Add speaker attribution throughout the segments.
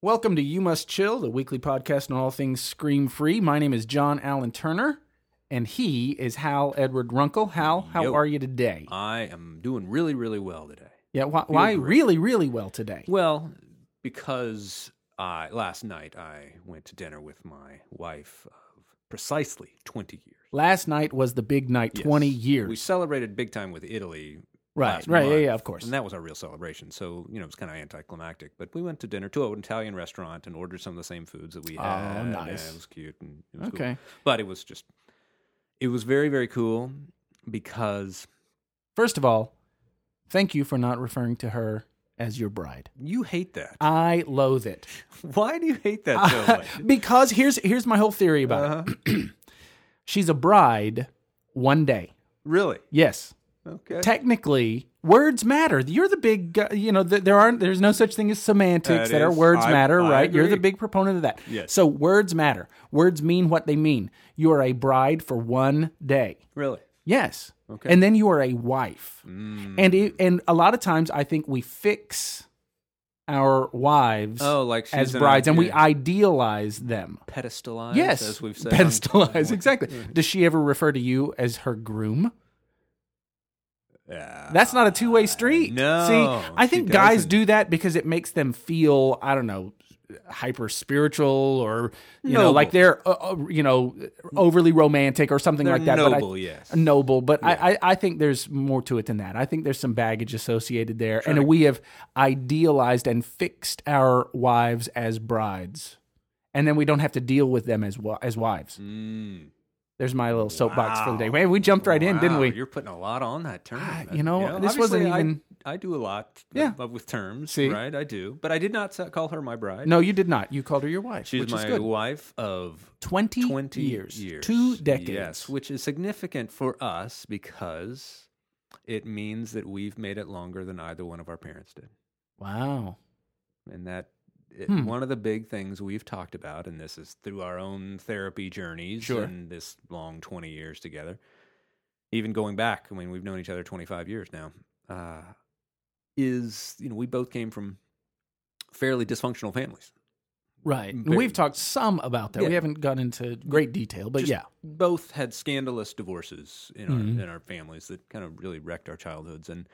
Speaker 1: Welcome to You Must Chill, the weekly podcast on all things scream free. My name is John Allen Turner, and he is Hal Edward Runkle. Hal, how
Speaker 2: Yo.
Speaker 1: are you today?
Speaker 2: I am doing really, really well today.
Speaker 1: yeah, why, why
Speaker 2: great.
Speaker 1: really, really well today?
Speaker 2: Well, because I last night I went to dinner with my wife of precisely 20 years.
Speaker 1: Last night was the big night, 20
Speaker 2: Yes.
Speaker 1: years.
Speaker 2: We celebrated big time with Italy.
Speaker 1: right,
Speaker 2: last
Speaker 1: right, yeah,
Speaker 2: month,
Speaker 1: yeah, of course.
Speaker 2: And that was our real celebration. So, you know, it was kind of anticlimactic. But we went to dinner to an Italian restaurant and ordered some of the same foods that we
Speaker 1: Oh,
Speaker 2: had. and
Speaker 1: nice.
Speaker 2: It was cute. And it was cool.
Speaker 1: okay.
Speaker 2: But it was just, it was very, very cool because
Speaker 1: First of all, thank you for not referring to her as your bride.
Speaker 2: you hate that.
Speaker 1: I loathe it.
Speaker 2: Why do you hate that so much?
Speaker 1: because here's here's my whole theory about it.
Speaker 2: Uh-huh.
Speaker 1: She's a bride one day.
Speaker 2: Really?
Speaker 1: Yes.
Speaker 2: Okay.
Speaker 1: technically words matter you're the big guy you know th- there aren't there's no such thing as semantics
Speaker 2: That
Speaker 1: that are
Speaker 2: is-
Speaker 1: words
Speaker 2: I-
Speaker 1: matter
Speaker 2: I
Speaker 1: right you're the
Speaker 2: agree.
Speaker 1: big proponent of that
Speaker 2: Yes.
Speaker 1: so words matter words mean what they mean you are a bride for one day
Speaker 2: really?
Speaker 1: yes
Speaker 2: Okay.
Speaker 1: and then you are a wife
Speaker 2: Mm.
Speaker 1: and it, and a lot of times i think we fix our wives
Speaker 2: oh, like she's
Speaker 1: as
Speaker 2: an
Speaker 1: brides and we
Speaker 2: idea-
Speaker 1: idealize them
Speaker 2: pedestalize.
Speaker 1: yes
Speaker 2: as we've said. on- Mm-hmm.
Speaker 1: pedestalize exactly does she ever refer to you as her groom
Speaker 2: Yeah.
Speaker 1: That's not a two way street.
Speaker 2: No,
Speaker 1: See, I
Speaker 2: she
Speaker 1: think guys
Speaker 2: doesn't.
Speaker 1: do that because it makes them feel, I don't know, hyper spiritual or, you know,
Speaker 2: Noble.
Speaker 1: like they're, uh, uh, you know, overly romantic or something
Speaker 2: They're
Speaker 1: like that.
Speaker 2: Noble,
Speaker 1: but
Speaker 2: yes.
Speaker 1: I, noble. But I, I, I think there's more to it than that. I think there's some baggage associated there. And we have idealized and fixed our wives as brides. And then we don't have to deal with them as wi- as wives.
Speaker 2: Mm.
Speaker 1: There's my little soapbox for the
Speaker 2: Wow.
Speaker 1: day. Man, we jumped right in, didn't
Speaker 2: Wow,
Speaker 1: we?
Speaker 2: You're putting a lot on that term.
Speaker 1: Ah,
Speaker 2: man.
Speaker 1: you know, this
Speaker 2: obviously
Speaker 1: wasn't
Speaker 2: I-
Speaker 1: even-
Speaker 2: I, do a lot.
Speaker 1: Yeah.
Speaker 2: of- with terms.
Speaker 1: See?
Speaker 2: right? I do, but I did not sa- call her my bride.
Speaker 1: No, you did not. You called her your wife,
Speaker 2: she's
Speaker 1: which
Speaker 2: my
Speaker 1: is good.
Speaker 2: wife of
Speaker 1: 20,
Speaker 2: 20
Speaker 1: years, two decades.
Speaker 2: Yes, which is significant for us because it means that we've made it longer than either one of our parents did.
Speaker 1: Wow.
Speaker 2: And that it,
Speaker 1: Hmm.
Speaker 2: one of the big things we've talked about, and this is through our own therapy journeys
Speaker 1: Sure.
Speaker 2: and this long 20 years together, even going back, I mean, we've known each other 25 years now, uh, is, you know, we both came from fairly dysfunctional families.
Speaker 1: Right. And
Speaker 2: Very-
Speaker 1: We've talked some about that. We
Speaker 2: Yeah.
Speaker 1: haven't gone into great detail, but
Speaker 2: Just-
Speaker 1: yeah.
Speaker 2: both had scandalous divorces in
Speaker 1: Mhm.
Speaker 2: our in our families that kind of really wrecked our childhoods and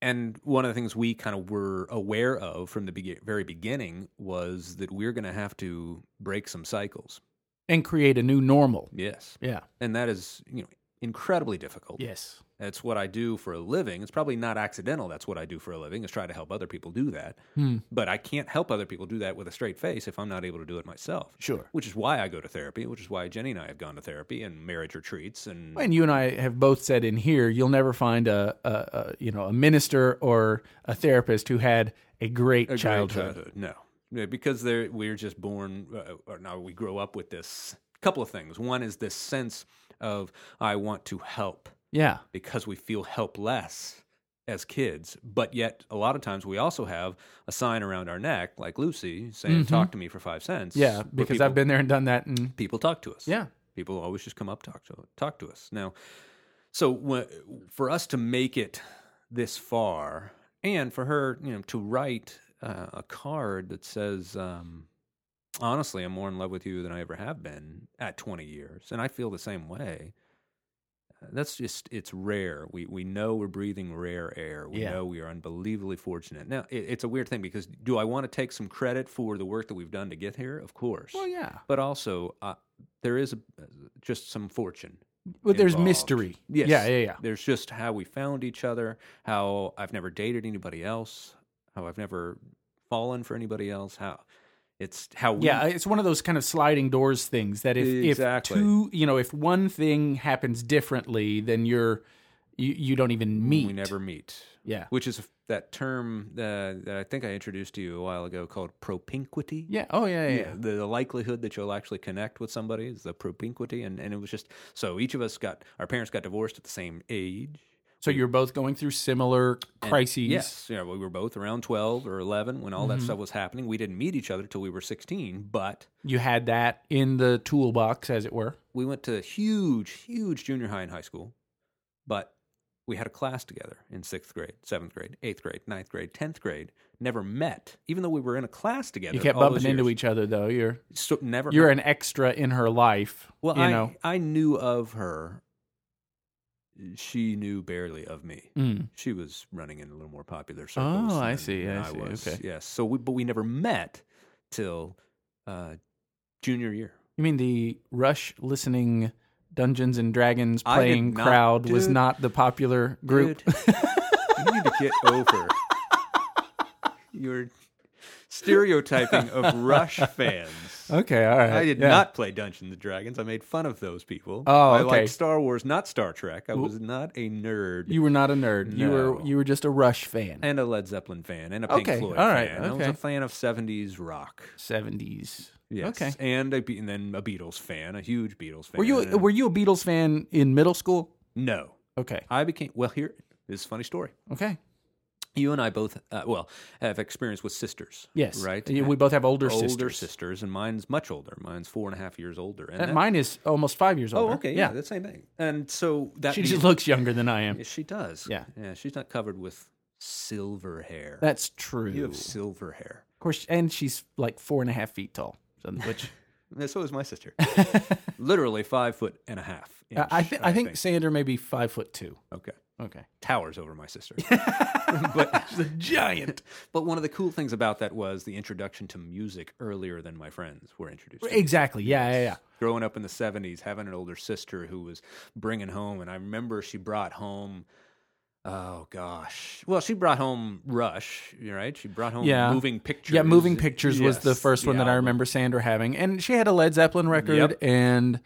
Speaker 2: and one of the things we kind of were aware of from the begi- very beginning was that we're going to have to break some cycles.
Speaker 1: And create a new normal.
Speaker 2: Yes,
Speaker 1: Yeah.
Speaker 2: and that is you know incredibly difficult.
Speaker 1: Yes.
Speaker 2: That's what I do for a living. It's probably not accidental. That's what I do for a living is try to help other people do that.
Speaker 1: Hmm.
Speaker 2: But I can't help other people do that with a straight face if I'm not able to do it myself.
Speaker 1: Sure.
Speaker 2: Which is why I go to therapy. Which is why Jenny and I have gone to therapy and marriage retreats and
Speaker 1: And you and I have both said in here, you'll never find a, a, a you know a minister or a therapist who had a great
Speaker 2: a great
Speaker 1: childhood.
Speaker 2: childhood. No, No, because they're, we're just born, uh, or now we grow up with this couple of things. One is this sense of I want to help
Speaker 1: Yeah.
Speaker 2: because we feel helpless as kids, but yet a lot of times we also have a sign around our neck, like Lucy saying, "Talk to me for five cents."
Speaker 1: Mm-hmm. Yeah.
Speaker 2: where
Speaker 1: Because
Speaker 2: people,
Speaker 1: I've been there and done that. And
Speaker 2: people talk to us.
Speaker 1: yeah.
Speaker 2: people always just come up talk to talk to us now so wh- for us to make it this far and for her you know to write uh, a card that says um, honestly i'm more in love with you than i ever have been at 20 years and i feel the same way uh, that's just it's rare we we know we're breathing rare air we
Speaker 1: Yeah.
Speaker 2: know we are unbelievably fortunate now it, it's a weird thing because do i want to take some credit for the work that we've done to get here of course
Speaker 1: Well, yeah.
Speaker 2: but also uh, there is a, just some fortune.
Speaker 1: But there's
Speaker 2: Involved.
Speaker 1: mystery.
Speaker 2: Yes.
Speaker 1: Yeah. Yeah. Yeah.
Speaker 2: There's just how we found each other, how I've never dated anybody else, how I've never fallen for anybody else, how it's how we
Speaker 1: Yeah, it's one of those kind of sliding doors things that if
Speaker 2: Exactly.
Speaker 1: if two, you know, if one thing happens differently, then you're you, you don't even meet.
Speaker 2: we never meet.
Speaker 1: Yeah.
Speaker 2: Which is that term uh, that I think I introduced to you a while ago called propinquity.
Speaker 1: Yeah. Oh yeah. Yeah. yeah.
Speaker 2: the, the likelihood that you'll actually connect with somebody is the propinquity, and, and it was just so each of us got our parents got divorced at the same age.
Speaker 1: So you're both going through similar crises. Mm-hmm.
Speaker 2: Yes, yeah, we were both around twelve or eleven when all that stuff was happening. We didn't meet each other till we were sixteen, but
Speaker 1: You had that in the toolbox, as it were.
Speaker 2: we went to huge, huge junior high and high school. But we had a class together in sixth grade, seventh grade, eighth grade, ninth grade, tenth grade never met, even though we were in a class together.
Speaker 1: You kept
Speaker 2: all those
Speaker 1: bumping into
Speaker 2: years.
Speaker 1: each other though. You're
Speaker 2: So, never.
Speaker 1: you're
Speaker 2: met.
Speaker 1: an extra in her life.
Speaker 2: Well,
Speaker 1: you
Speaker 2: I,
Speaker 1: know.
Speaker 2: I knew of her. She knew barely of me.
Speaker 1: Mm.
Speaker 2: She was running in a little more popular circles.
Speaker 1: Oh, I
Speaker 2: than-
Speaker 1: see,
Speaker 2: than
Speaker 1: I see,
Speaker 2: was.
Speaker 1: okay.
Speaker 2: Yes. So, we, but we never met till uh, junior year.
Speaker 1: You mean the rush listening Dungeons and Dragons
Speaker 2: I did
Speaker 1: playing
Speaker 2: not-
Speaker 1: crowd was
Speaker 2: dude.
Speaker 1: not the popular group?
Speaker 2: Dude, you need to get over your stereotyping of Rush fans.
Speaker 1: Okay, all right.
Speaker 2: I did
Speaker 1: yeah.
Speaker 2: not play Dungeons and Dragons. I made fun of those people.
Speaker 1: Oh,
Speaker 2: I
Speaker 1: okay.
Speaker 2: liked Star Wars, not Star Trek. I was not a nerd.
Speaker 1: You were not a nerd. You were
Speaker 2: No.
Speaker 1: you were just a Rush fan.
Speaker 2: and a Led Zeppelin fan and a Pink
Speaker 1: Okay,
Speaker 2: Floyd
Speaker 1: all right,
Speaker 2: fan. I was
Speaker 1: okay.
Speaker 2: a fan of 70s rock.
Speaker 1: Seventies.
Speaker 2: Yes.
Speaker 1: Okay.
Speaker 2: And, a, Be- and then a Beatles fan, a huge Beatles fan.
Speaker 1: Were you were you a Beatles fan in middle school?
Speaker 2: no.
Speaker 1: Okay.
Speaker 2: I became, well, here, this is a funny story.
Speaker 1: Okay.
Speaker 2: You and I both, uh, well, have experience with sisters.
Speaker 1: Yes.
Speaker 2: Right?
Speaker 1: Yeah, We both have older,
Speaker 2: older sisters.
Speaker 1: sisters.
Speaker 2: and mine's much older. Mine's four and a half years older. And
Speaker 1: And
Speaker 2: that-
Speaker 1: mine is almost five years old.
Speaker 2: oh, okay. Yeah, that's the same thing. And so that
Speaker 1: She
Speaker 2: means-
Speaker 1: just looks younger than I am.
Speaker 2: Yeah, she does.
Speaker 1: Yeah.
Speaker 2: Yeah, she's not covered with silver hair.
Speaker 1: That's true.
Speaker 2: you have silver hair.
Speaker 1: Of course, and she's like four and a half feet tall, so- which
Speaker 2: Yeah, So is my sister. Literally five foot and a half. Inch,
Speaker 1: I, th- I think Sander may be five foot two.
Speaker 2: Okay.
Speaker 1: Okay,
Speaker 2: Towers over my sister. but
Speaker 1: she's a giant.
Speaker 2: but one of the cool things about that was the introduction to music earlier than my friends were introduced. to music.
Speaker 1: exactly. Yeah, yeah, yeah.
Speaker 2: Growing up in the 70s, having an older sister who was bringing home, and I remember she brought home, oh gosh. Well, she brought home Rush, you're right? She brought home
Speaker 1: Yeah.
Speaker 2: Moving Pictures.
Speaker 1: Yeah, Moving Pictures was the
Speaker 2: Yes,
Speaker 1: first one
Speaker 2: the
Speaker 1: that I
Speaker 2: album.
Speaker 1: remember Sander having, and she had a Led Zeppelin record
Speaker 2: Yep.
Speaker 1: and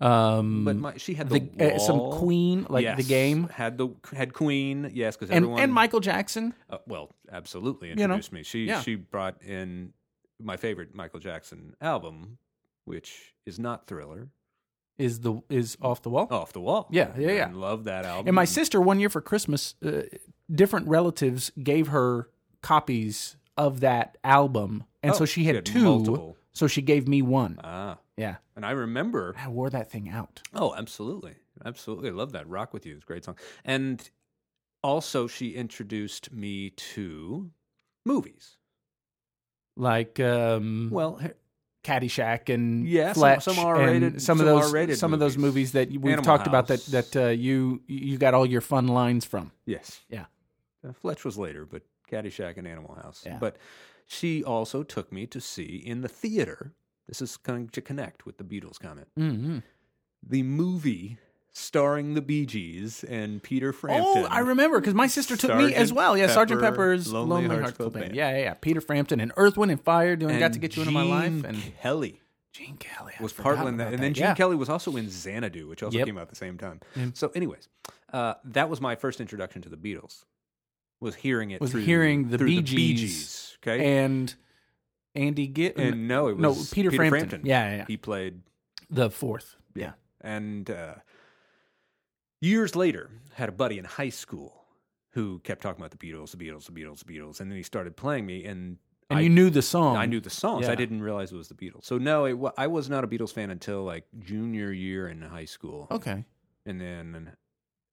Speaker 1: um,
Speaker 2: But my, she had the,
Speaker 1: the, uh, some
Speaker 2: Wall.
Speaker 1: Queen, like the
Speaker 2: Yes.
Speaker 1: game,
Speaker 2: had the had Queen, yes, because
Speaker 1: and
Speaker 2: everyone
Speaker 1: and Michael Jackson.
Speaker 2: Uh, well, absolutely
Speaker 1: know,
Speaker 2: introduced me. She
Speaker 1: yeah.
Speaker 2: she brought in my favorite Michael Jackson album, which is not Thriller,
Speaker 1: is the is off the wall.
Speaker 2: Off the Wall.
Speaker 1: Yeah, yeah, yeah.
Speaker 2: And love that album.
Speaker 1: And my sister, one year for Christmas, uh, different relatives gave her copies of that album, and
Speaker 2: Oh,
Speaker 1: so she had,
Speaker 2: had
Speaker 1: two.
Speaker 2: multiple.
Speaker 1: So she gave me one.
Speaker 2: Ah,
Speaker 1: Yeah,
Speaker 2: and I remember.
Speaker 1: I wore that thing out.
Speaker 2: Oh, absolutely, absolutely. I love that. Rock with you is a great song. And also, she introduced me to movies.
Speaker 1: Like um,
Speaker 2: Well, her-
Speaker 1: Caddyshack and
Speaker 2: Yeah, some-
Speaker 1: Fletch
Speaker 2: some
Speaker 1: and
Speaker 2: R-rated-
Speaker 1: some, of
Speaker 2: some
Speaker 1: those
Speaker 2: R-rated
Speaker 1: some of those movies
Speaker 2: movies.
Speaker 1: that we've
Speaker 2: Animal
Speaker 1: talked about that
Speaker 2: House.
Speaker 1: that uh, you you got all your fun lines from.
Speaker 2: Yes.
Speaker 1: Yeah.
Speaker 2: Uh, Fletch was later, but Caddyshack and Animal House.
Speaker 1: Yeah.
Speaker 2: But she also took me to see in the theater. This is going to connect with the Beatles comment.
Speaker 1: Mm-hmm.
Speaker 2: The movie starring the Bee Gees and Peter Frampton.
Speaker 1: Oh, I remember because my sister took me as
Speaker 2: Sgt.
Speaker 1: well. Yeah, Sergeant
Speaker 2: Pepper,
Speaker 1: Pepper's
Speaker 2: Lonely
Speaker 1: Lonely,
Speaker 2: Hearts
Speaker 1: Hearts Club
Speaker 2: Club
Speaker 1: Band.
Speaker 2: Band.
Speaker 1: Yeah, yeah, yeah. Peter Frampton and Earth, Wind, and Fire doing
Speaker 2: And
Speaker 1: "Got to Get You Into My
Speaker 2: Gene
Speaker 1: Life" and
Speaker 2: Kelly
Speaker 1: Gene Kelly I
Speaker 2: was
Speaker 1: forgot
Speaker 2: part in
Speaker 1: about
Speaker 2: that, and then Gene
Speaker 1: yeah.
Speaker 2: Kelly was also in Xanadu, which also
Speaker 1: Yep.
Speaker 2: came out at the same time. So, anyways, uh, that was my first introduction to the Beatles. Was hearing it
Speaker 1: Was
Speaker 2: through,
Speaker 1: hearing the
Speaker 2: through
Speaker 1: Bee
Speaker 2: Bee
Speaker 1: Gees
Speaker 2: Gees, Okay,
Speaker 1: and Andy Gitt
Speaker 2: And no, it was
Speaker 1: no Peter, Frampton. Yeah, yeah, yeah.
Speaker 2: He played,
Speaker 1: the fourth. Yeah,
Speaker 2: and uh, years later, had a buddy in high school who kept talking about the Beatles, the Beatles, the Beatles, the Beatles, and then he started playing me, and,
Speaker 1: and
Speaker 2: I,
Speaker 1: you knew the song.
Speaker 2: I knew the songs.
Speaker 1: Yeah.
Speaker 2: I didn't realize it was the Beatles. So no, it, wa- I was not a Beatles fan until like junior year in high school,
Speaker 1: Okay,
Speaker 2: and then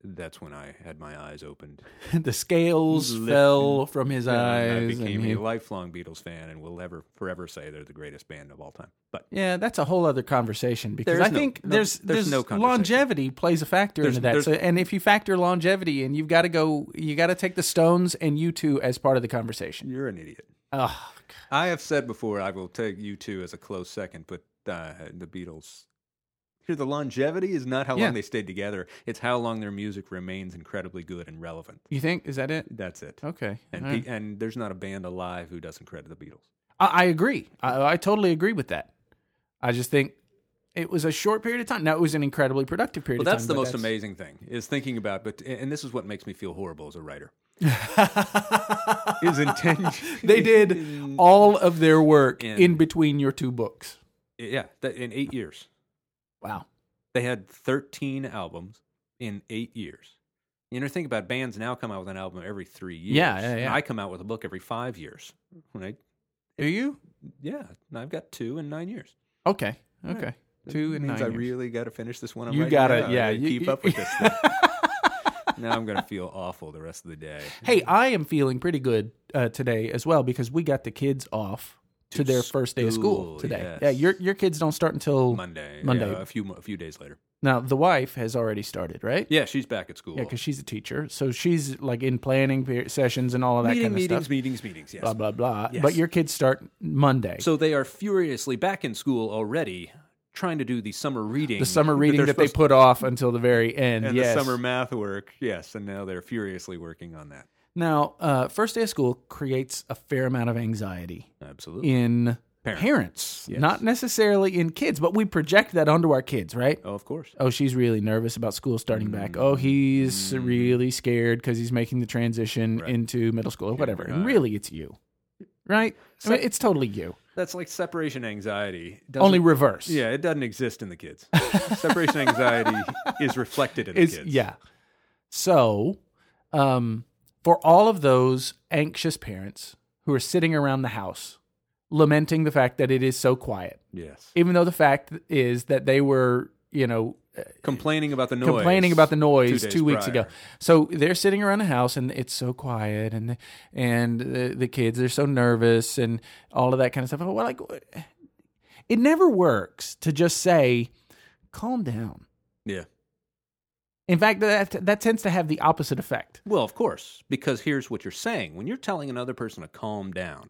Speaker 2: that's when I had my eyes opened.
Speaker 1: the scales
Speaker 2: Lifted.
Speaker 1: fell from his
Speaker 2: And
Speaker 1: eyes.
Speaker 2: I
Speaker 1: and
Speaker 2: became
Speaker 1: he-
Speaker 2: a lifelong Beatles fan, and will ever forever say they're the greatest band of all time. But
Speaker 1: yeah, that's a whole other conversation because
Speaker 2: There is
Speaker 1: I
Speaker 2: no-
Speaker 1: think
Speaker 2: no-
Speaker 1: there's
Speaker 2: there's no conversation.
Speaker 1: longevity plays a factor
Speaker 2: There's-
Speaker 1: into that.
Speaker 2: there's-
Speaker 1: So, and if you factor longevity, and you've got to go, you got to take the Stones and you two as part of the conversation.
Speaker 2: you're an idiot.
Speaker 1: Oh,
Speaker 2: I have said before I will take you two as a close second, but uh, the Beatles. Here, the longevity is not how
Speaker 1: Yeah.
Speaker 2: long they stayed together; it's how long their music remains incredibly good and relevant.
Speaker 1: you think is that it?
Speaker 2: That's it.
Speaker 1: Okay,
Speaker 2: And
Speaker 1: Oh, all right.
Speaker 2: pe- and there's not a band alive who doesn't credit the Beatles.
Speaker 1: I, I agree. I, I totally agree with that. I just think it was a short period of time. Now it was an incredibly productive period.
Speaker 2: Well,
Speaker 1: of
Speaker 2: that's
Speaker 1: time,
Speaker 2: the
Speaker 1: but
Speaker 2: most amazing thing is thinking about. But and this is what makes me feel horrible as a writer. is intention.
Speaker 1: They did all of their work in,
Speaker 2: In-
Speaker 1: between your two books.
Speaker 2: yeah, that, in eight years
Speaker 1: Wow.
Speaker 2: they had 13 albums in eight years. You know, think about bands now come out with an album every three years.
Speaker 1: Yeah, yeah,
Speaker 2: And
Speaker 1: yeah.
Speaker 2: I come out with a book every five years. When I
Speaker 1: Do you?
Speaker 2: Yeah, and I've got two in nine years.
Speaker 1: Okay. Okay. Two
Speaker 2: It
Speaker 1: and
Speaker 2: means
Speaker 1: nine.
Speaker 2: I
Speaker 1: years.
Speaker 2: really got to finish this one. I'm
Speaker 1: You
Speaker 2: writing
Speaker 1: gotta-
Speaker 2: now. I
Speaker 1: yeah, you-
Speaker 2: uh, keep
Speaker 1: you-
Speaker 2: up with this. Thing. now I'm going to feel awful the rest of the day.
Speaker 1: Hey, I am feeling pretty good uh, today as well because we got the kids off to, their first day of school
Speaker 2: school,
Speaker 1: today.
Speaker 2: yes.
Speaker 1: Yeah, your your kids don't start until
Speaker 2: Monday.
Speaker 1: Monday.
Speaker 2: yeah, a few mo- a few days later.
Speaker 1: now. The wife has already started, right?
Speaker 2: Yeah, she's back at school.
Speaker 1: Yeah, because she's a teacher, so she's like in planning per- sessions and all of that
Speaker 2: meeting,
Speaker 1: kind of
Speaker 2: meetings,
Speaker 1: stuff.
Speaker 2: meetings, meetings. Yes.
Speaker 1: Blah blah blah.
Speaker 2: Yes.
Speaker 1: But your kids start Monday.
Speaker 2: So they are furiously back in school already, trying to do the summer reading.
Speaker 1: the summer reading
Speaker 2: they're
Speaker 1: that they
Speaker 2: supposed
Speaker 1: put off until the very end.
Speaker 2: to- and
Speaker 1: yes.
Speaker 2: the summer math work. Yes, and now they're furiously working on that.
Speaker 1: Now, uh, first day of school creates a fair amount of anxiety
Speaker 2: Absolutely.
Speaker 1: in parents,
Speaker 2: Parents. Yes.
Speaker 1: not necessarily in kids, but we project that onto our kids, right?
Speaker 2: Oh, of course.
Speaker 1: Oh, she's really nervous about school starting back.
Speaker 2: Mm-hmm.
Speaker 1: Oh, he's really scared because he's making the transition
Speaker 2: Right.
Speaker 1: into middle school or whatever. And
Speaker 2: right.
Speaker 1: really, it's you, right?
Speaker 2: So-
Speaker 1: I mean, it's totally you.
Speaker 2: That's like separation anxiety. Doesn't-
Speaker 1: Only reverse.
Speaker 2: Yeah, it doesn't exist in the kids. separation anxiety is reflected in the
Speaker 1: It's,
Speaker 2: kids.
Speaker 1: yeah. So, um, for all of those anxious parents who are sitting around the house lamenting the fact that it is so quiet,
Speaker 2: Yes.
Speaker 1: even though the fact is that they were, you know,
Speaker 2: complaining about the noise.
Speaker 1: complaining about the noise two,
Speaker 2: days
Speaker 1: weeks ago.
Speaker 2: prior.
Speaker 1: So they're sitting around the house and it's so quiet and and the, the kids they're so nervous and all of that kind of stuff. Oh, Well, like it never works to just say calm down.
Speaker 2: Yeah.
Speaker 1: In fact, that that tends to have the opposite effect.
Speaker 2: Well, of course, because here's what you're saying. When you're telling another person to calm down,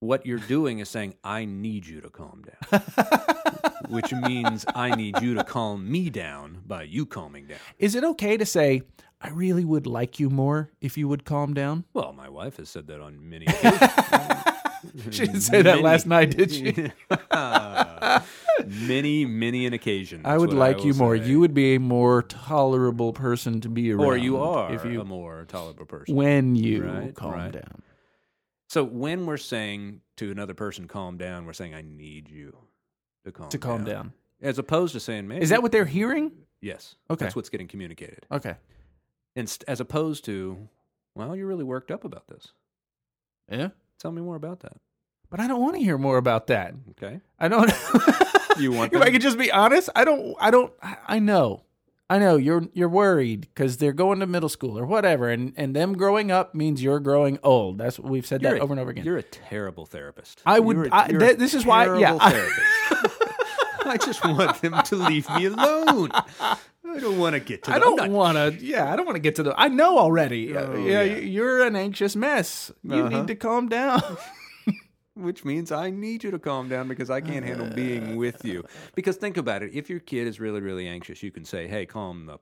Speaker 2: what you're doing is saying, I need you to calm down. Which means I need you to calm me down by you calming down.
Speaker 1: Is it okay to say I really would like you more if you would calm down?
Speaker 2: Well, my wife has said that on many occasions.
Speaker 1: She didn't say that
Speaker 2: Many-
Speaker 1: last night, did she?
Speaker 2: many, many an occasion.
Speaker 1: I
Speaker 2: is
Speaker 1: would
Speaker 2: what
Speaker 1: like you
Speaker 2: will
Speaker 1: more.
Speaker 2: say.
Speaker 1: You would be a more tolerable person to be around.
Speaker 2: or you are
Speaker 1: if you
Speaker 2: a more tolerable person.
Speaker 1: when you
Speaker 2: Right,
Speaker 1: calm
Speaker 2: right.
Speaker 1: down.
Speaker 2: So when we're saying to another person, "Calm down," we're saying, "I need you to calm
Speaker 1: To calm down.
Speaker 2: as opposed to saying, "Man,
Speaker 1: Is that what they're hearing?
Speaker 2: Yes.
Speaker 1: Okay.
Speaker 2: That's what's getting communicated,
Speaker 1: Okay.
Speaker 2: and st- as opposed to, "Well, you're really worked up about this.
Speaker 1: Yeah.
Speaker 2: Tell me more about that."
Speaker 1: But I don't want to hear more about that.
Speaker 2: Okay.
Speaker 1: I don't
Speaker 2: You want
Speaker 1: If I
Speaker 2: them-
Speaker 1: could just be honest, I don't I don't I I know. I know you're you're worried cuz they're going to middle school or whatever and and them growing up means you're growing old. That's what we've said
Speaker 2: You're
Speaker 1: that
Speaker 2: a-
Speaker 1: over and over again.
Speaker 2: You're a terrible therapist.
Speaker 1: I would-
Speaker 2: You're a-
Speaker 1: I-
Speaker 2: you're
Speaker 1: that-
Speaker 2: a
Speaker 1: this is why- yeah,
Speaker 2: terrible
Speaker 1: I-
Speaker 2: therapist. I just want them to leave me alone. I don't want to get to.
Speaker 1: I
Speaker 2: the- I'm
Speaker 1: don't
Speaker 2: not-
Speaker 1: want to yeah, I don't want to get to the I know already. Uh,
Speaker 2: Oh,
Speaker 1: yeah,
Speaker 2: yeah.
Speaker 1: you- you're an anxious mess. You
Speaker 2: Uh-huh.
Speaker 1: need to calm down.
Speaker 2: which means I need you to calm down because I can't handle
Speaker 1: Uh.
Speaker 2: being with you. Because think about it, if your kid is really, really anxious, you can say, "Hey, calm the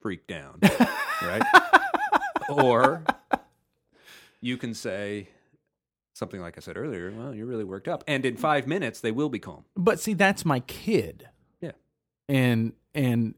Speaker 2: freak down," right? or you can say something like I said earlier. Well, you're really worked up, and in
Speaker 1: Mm.
Speaker 2: five minutes they will be calm.
Speaker 1: But see, that's my kid.
Speaker 2: Yeah.
Speaker 1: And and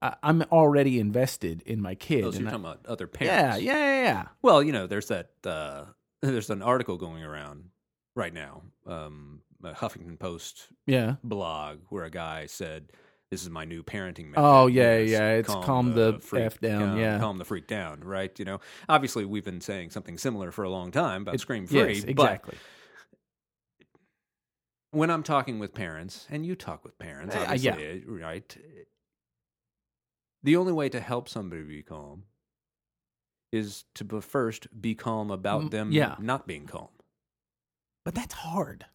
Speaker 1: I, I'm already invested in my kid.
Speaker 2: Oh, so
Speaker 1: and
Speaker 2: you're
Speaker 1: I-
Speaker 2: talking about other
Speaker 1: yeah,
Speaker 2: parents.
Speaker 1: yeah, yeah, yeah.
Speaker 2: Well, you know, there's that. Uh, there's an article going around right now, um, a Huffington Post
Speaker 1: Yeah.
Speaker 2: blog where a guy said, "This is my new parenting method."
Speaker 1: Oh, yeah,
Speaker 2: is
Speaker 1: yeah, it's calm the F down,
Speaker 2: calm-
Speaker 1: yeah.
Speaker 2: calm the freak down, right? You know, obviously we've been saying something similar for a long time about scream free,
Speaker 1: yes, exactly.
Speaker 2: but when I'm talking with parents, and you talk with parents,
Speaker 1: Uh, uh,
Speaker 2: obviously,
Speaker 1: yeah.
Speaker 2: eh, right? The only way to help somebody be calm is to be- first be calm about
Speaker 1: Mm,
Speaker 2: them
Speaker 1: yeah.
Speaker 2: not being calm.
Speaker 1: But that's hard.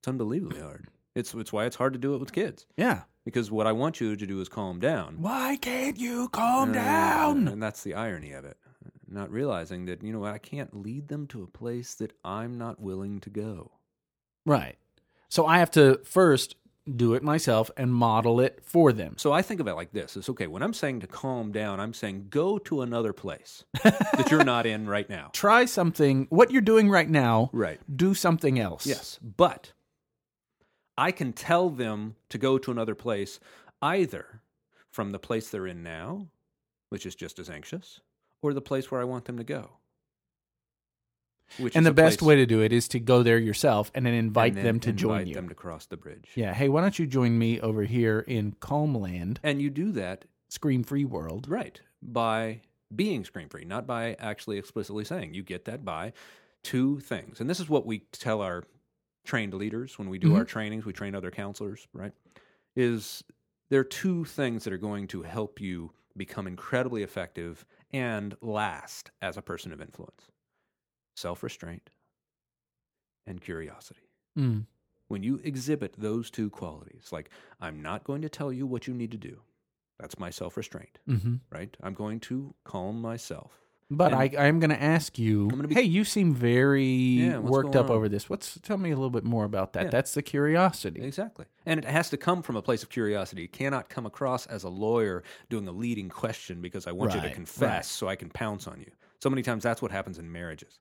Speaker 2: It's unbelievably hard. It's it's why it's hard to do it with kids
Speaker 1: Yeah.
Speaker 2: because what I want you to do is calm down.
Speaker 1: Why can't you calm
Speaker 2: Uh,
Speaker 1: down?
Speaker 2: And that's the irony of it. Not realizing that, you know what, I can't lead them to a place that I'm not willing to go.
Speaker 1: Right. So I have to first do it myself and model it for them.
Speaker 2: So I think of it like this it's okay, when I'm saying to calm down, I'm saying go to another place that you're not in right now.
Speaker 1: Try something. What you're doing right now,
Speaker 2: Right.
Speaker 1: do something else.
Speaker 2: Yes. But I can tell them to go to another place either from the place they're in now, which is just as anxious, or the place where I want them to go. Which
Speaker 1: And
Speaker 2: is
Speaker 1: the
Speaker 2: a
Speaker 1: best
Speaker 2: place-
Speaker 1: way to do it is to go there yourself and then invite
Speaker 2: and then
Speaker 1: them to join
Speaker 2: invite
Speaker 1: you.
Speaker 2: them to cross the bridge.
Speaker 1: yeah. Hey, why don't you join me over here in Calmland,
Speaker 2: And you do that
Speaker 1: Scream Free World?
Speaker 2: right by being screen free, not by actually explicitly saying. You get that by two things. And this is what we tell our trained leaders when we do our trainings, we train other counselors, right? Is there are two things that are going to help you become incredibly effective, and last as a person of influence. Self restraint and curiosity.
Speaker 1: Mm.
Speaker 2: When you exhibit those two qualities, like, I'm not going to tell you what you need to do, that's my self restraint,
Speaker 1: hmm
Speaker 2: right? I'm going to calm myself.
Speaker 1: But
Speaker 2: And-
Speaker 1: I, I am going to ask you.
Speaker 2: gonna be-
Speaker 1: hey, you seem very
Speaker 2: Yeah, what's
Speaker 1: worked
Speaker 2: going
Speaker 1: up
Speaker 2: on?
Speaker 1: over this. What's tell me a little bit more about that?
Speaker 2: Yeah.
Speaker 1: That's the curiosity.
Speaker 2: Exactly. And it has to come from a place of curiosity. It cannot come across as a lawyer doing a leading question because I want you
Speaker 1: Right,
Speaker 2: to
Speaker 1: right.
Speaker 2: confess so I can pounce on you. So many times that's what happens in marriages.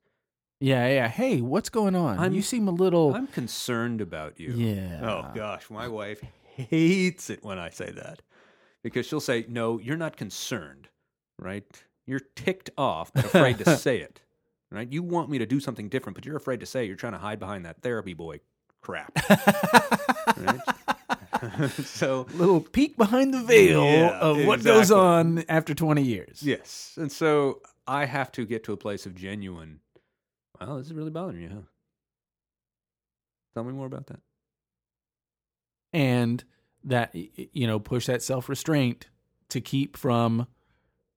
Speaker 1: Yeah, yeah. Hey, what's going on?
Speaker 2: I'm-
Speaker 1: you seem a little.
Speaker 2: I'm concerned about you.
Speaker 1: yeah.
Speaker 2: Oh gosh, my wife hates it when I say that. Because she'll say, "No, you're not concerned." Right? You're ticked off but afraid to say it. Right? You want me to do something different, but you're afraid to say it. you're trying to hide behind that therapy boy crap. right? so
Speaker 1: little peek behind the veil
Speaker 2: Yeah,
Speaker 1: of what goes
Speaker 2: exactly.
Speaker 1: on after 20 years.
Speaker 2: Yes. And so I have to get to a place of genuine, well, this is really bothering you, huh? Tell me more about that.
Speaker 1: And that, y- y- you know, push that self restraint to keep from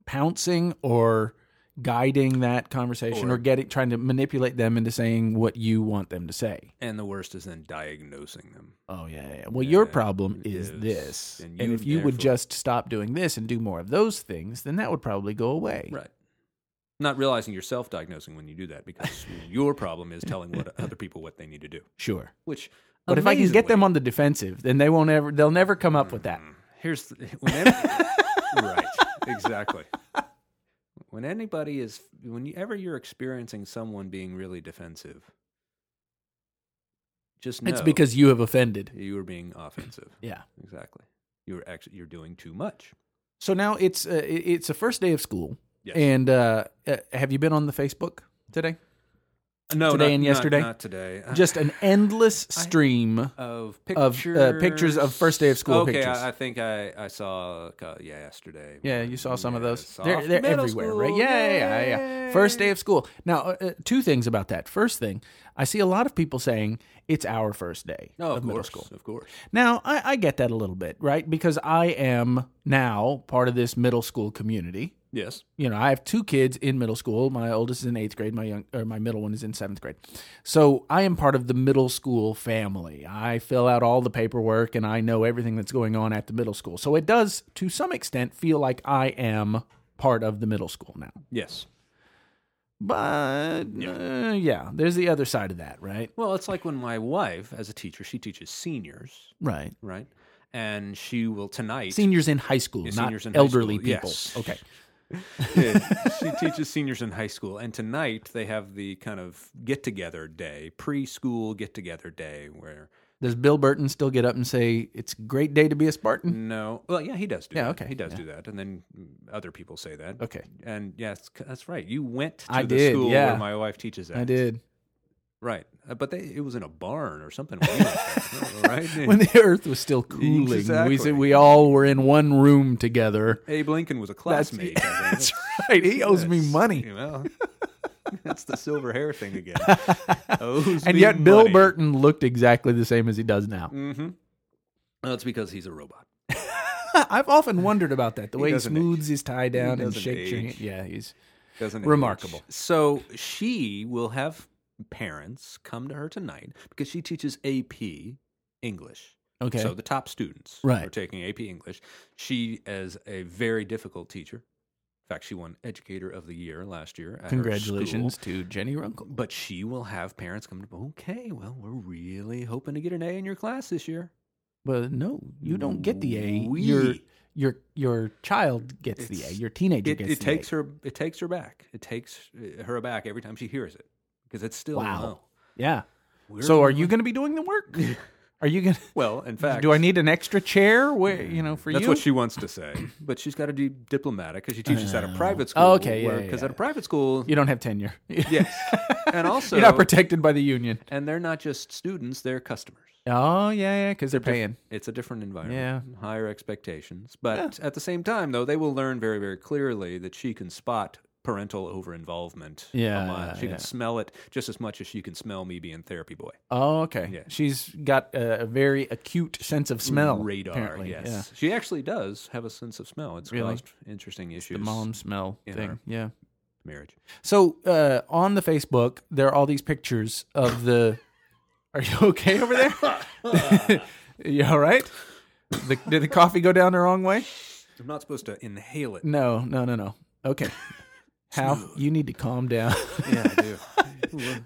Speaker 1: pouncing or guiding that conversation or,
Speaker 2: Or-
Speaker 1: getting trying to manipulate them into saying what you want them to say.
Speaker 2: And the worst is then diagnosing them.
Speaker 1: Oh yeah, yeah. Well, your
Speaker 2: Yeah,
Speaker 1: problem
Speaker 2: it
Speaker 1: is
Speaker 2: is.
Speaker 1: this. And,
Speaker 2: And you
Speaker 1: if you would
Speaker 2: therefore-
Speaker 1: just stop doing this and do more of those things, then that would probably go away.
Speaker 2: Right. Not realizing you're self diagnosing when you do that because your problem is telling what other people what they need to do.
Speaker 1: Sure.
Speaker 2: Which
Speaker 1: But if I can get
Speaker 2: amazingly-
Speaker 1: them on the defensive, then they won't ever they'll never come up with that.
Speaker 2: Mm-hmm. Here's the, when any- right, exactly. When anybody is, whenever you're experiencing someone being really defensive, just know
Speaker 1: It's because you have offended.
Speaker 2: you were being offensive.
Speaker 1: Yeah.
Speaker 2: Exactly. You're actually you're doing too much.
Speaker 1: So now it's uh, it- it's the first day of school,
Speaker 2: Yes.
Speaker 1: and uh, uh, have you been on the Facebook today?
Speaker 2: no,
Speaker 1: today
Speaker 2: not-
Speaker 1: and
Speaker 2: not-
Speaker 1: yesterday?
Speaker 2: Not, today. Uh,
Speaker 1: Just an endless stream.
Speaker 2: of
Speaker 1: of, uh,
Speaker 2: pictures
Speaker 1: pictures of first day of school
Speaker 2: Okay,
Speaker 1: pictures.
Speaker 2: I, I think I I saw a cou- yeah yesterday.
Speaker 1: yeah, you saw some of those. They're,
Speaker 2: off
Speaker 1: they're
Speaker 2: middle
Speaker 1: everywhere,
Speaker 2: school,
Speaker 1: right? Yeah, yeah, yeah, yeah. First day
Speaker 2: yay.
Speaker 1: of school. Now, uh, uh, two things about that. First thing, I see a lot of people saying it's our first day
Speaker 2: Oh,
Speaker 1: of,
Speaker 2: of
Speaker 1: middle
Speaker 2: course,
Speaker 1: school.
Speaker 2: of course.
Speaker 1: Now, I, I get that a little bit, right? Because I am now part of this middle school community.
Speaker 2: Yes.
Speaker 1: you know, I have two kids in middle school. My oldest is in eighth grade. My young or my middle one is in seventh grade. So I am part of the middle school family. I fill out all the paperwork and I know everything that's going on at the middle school. So it does, to some extent, feel like I am part of the middle school now.
Speaker 2: Yes.
Speaker 1: But yeah, uh, yeah there's the other side of that, right?
Speaker 2: Well, it's like when my wife, as a teacher, she teaches seniors,
Speaker 1: Right.
Speaker 2: right? And she will tonight.
Speaker 1: Seniors in high school,
Speaker 2: Yeah,
Speaker 1: not
Speaker 2: seniors in high
Speaker 1: elderly
Speaker 2: school,
Speaker 1: people.
Speaker 2: yes.
Speaker 1: Okay.
Speaker 2: Yeah, she teaches seniors in high school, and tonight they have the kind of get together day, preschool get together day, where
Speaker 1: Does Bill Burton still get up and say it's a great day to be a Spartan?
Speaker 2: no, well, yeah, he does do.
Speaker 1: Yeah,
Speaker 2: that.
Speaker 1: okay,
Speaker 2: he does
Speaker 1: yeah.
Speaker 2: do that, and then mm, other people say that.
Speaker 1: Okay.
Speaker 2: and yes, c- that's right. You went to
Speaker 1: I
Speaker 2: the
Speaker 1: did,
Speaker 2: school
Speaker 1: yeah.
Speaker 2: where my wife teaches at.
Speaker 1: I did.
Speaker 2: right, Uh, but they, it was in a barn or something, weird like that, right?
Speaker 1: when the earth was still cooling. We,
Speaker 2: Exactly.
Speaker 1: said we all were in one room together.
Speaker 2: Abe Lincoln was a classmate. I think.
Speaker 1: That's right. He owes me
Speaker 2: Yes.
Speaker 1: money.
Speaker 2: You know, that's the silver hair thing again. Owes
Speaker 1: And
Speaker 2: me
Speaker 1: yet Bill
Speaker 2: money.
Speaker 1: Burton looked exactly the same as he does now.
Speaker 2: Mm-hmm. That's because he's a robot.
Speaker 1: I've often wondered about that. The
Speaker 2: He
Speaker 1: way he
Speaker 2: doesn't
Speaker 1: smooths his tie down and
Speaker 2: doesn't
Speaker 1: shakes your hand.
Speaker 2: age.
Speaker 1: Yeah, he's
Speaker 2: Doesn't
Speaker 1: Remarkable.
Speaker 2: age. So she will have parents come to her tonight because she teaches AP English.
Speaker 1: okay.
Speaker 2: So the top students
Speaker 1: Right.
Speaker 2: are taking AP English. She is a very difficult teacher. In fact, she won Educator of the Year last year. At her
Speaker 1: Congratulations
Speaker 2: school.
Speaker 1: to Jenny Runkle.
Speaker 2: But she will have parents come to, okay, well, we're really hoping to get an A in your class this year.
Speaker 1: Well, no, you don't get the A.
Speaker 2: We-
Speaker 1: Your your your child gets the A.
Speaker 2: It's-
Speaker 1: Your teenager
Speaker 2: it,
Speaker 1: gets
Speaker 2: it
Speaker 1: the
Speaker 2: takes
Speaker 1: A.
Speaker 2: her it takes her back it takes uh, her back every time she hears it because it's still
Speaker 1: Wow.
Speaker 2: "Oh,
Speaker 1: Yeah.
Speaker 2: we're
Speaker 1: So are you
Speaker 2: going-"
Speaker 1: going to be doing the work? Are you going
Speaker 2: well in
Speaker 1: to
Speaker 2: fact
Speaker 1: Do I need an extra chair where, you know, for
Speaker 2: that's
Speaker 1: you?
Speaker 2: what she wants to say but she's got to be diplomatic because she teaches at a
Speaker 1: Oh.
Speaker 2: private school
Speaker 1: Oh, okay, yeah, yeah,
Speaker 2: because
Speaker 1: yeah.
Speaker 2: at a private school
Speaker 1: you don't have tenure.
Speaker 2: yes and also
Speaker 1: You're not protected by the union.
Speaker 2: and they're not just students they're customers
Speaker 1: Oh yeah, yeah, because they're paying.
Speaker 2: it's a different environment higher expectations but at the same time though they will learn very very clearly that she can spot parental over involvement.
Speaker 1: Yeah,
Speaker 2: She
Speaker 1: yeah.
Speaker 2: can smell it just as much as she can smell me being therapy boy.
Speaker 1: Oh, okay.
Speaker 2: Yeah.
Speaker 1: She's got a, a very acute sense of smell.
Speaker 2: radar.
Speaker 1: apparently.
Speaker 2: Yes,
Speaker 1: Yeah.
Speaker 2: she actually does have a sense of smell. It's
Speaker 1: Really?
Speaker 2: caused interesting issues.
Speaker 1: The mom smell
Speaker 2: in
Speaker 1: thing.
Speaker 2: her.
Speaker 1: Yeah.
Speaker 2: marriage.
Speaker 1: So uh, on the Facebook, there are all these pictures of the. Are you okay over there? you all right? The, did the coffee go down the wrong way?
Speaker 2: I'm not supposed to inhale it.
Speaker 1: No, no, no, no. Okay. How you need to calm down.
Speaker 2: yeah, I do.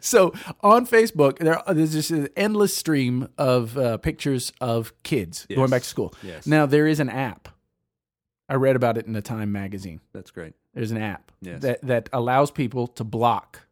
Speaker 1: so on Facebook, there there's just an endless stream of uh, pictures of kids going
Speaker 2: Yes.
Speaker 1: back to school.
Speaker 2: Yes.
Speaker 1: Now there is an app. I read about it in the Time magazine.
Speaker 2: That's great.
Speaker 1: There's an app
Speaker 2: Yes.
Speaker 1: that that allows people to block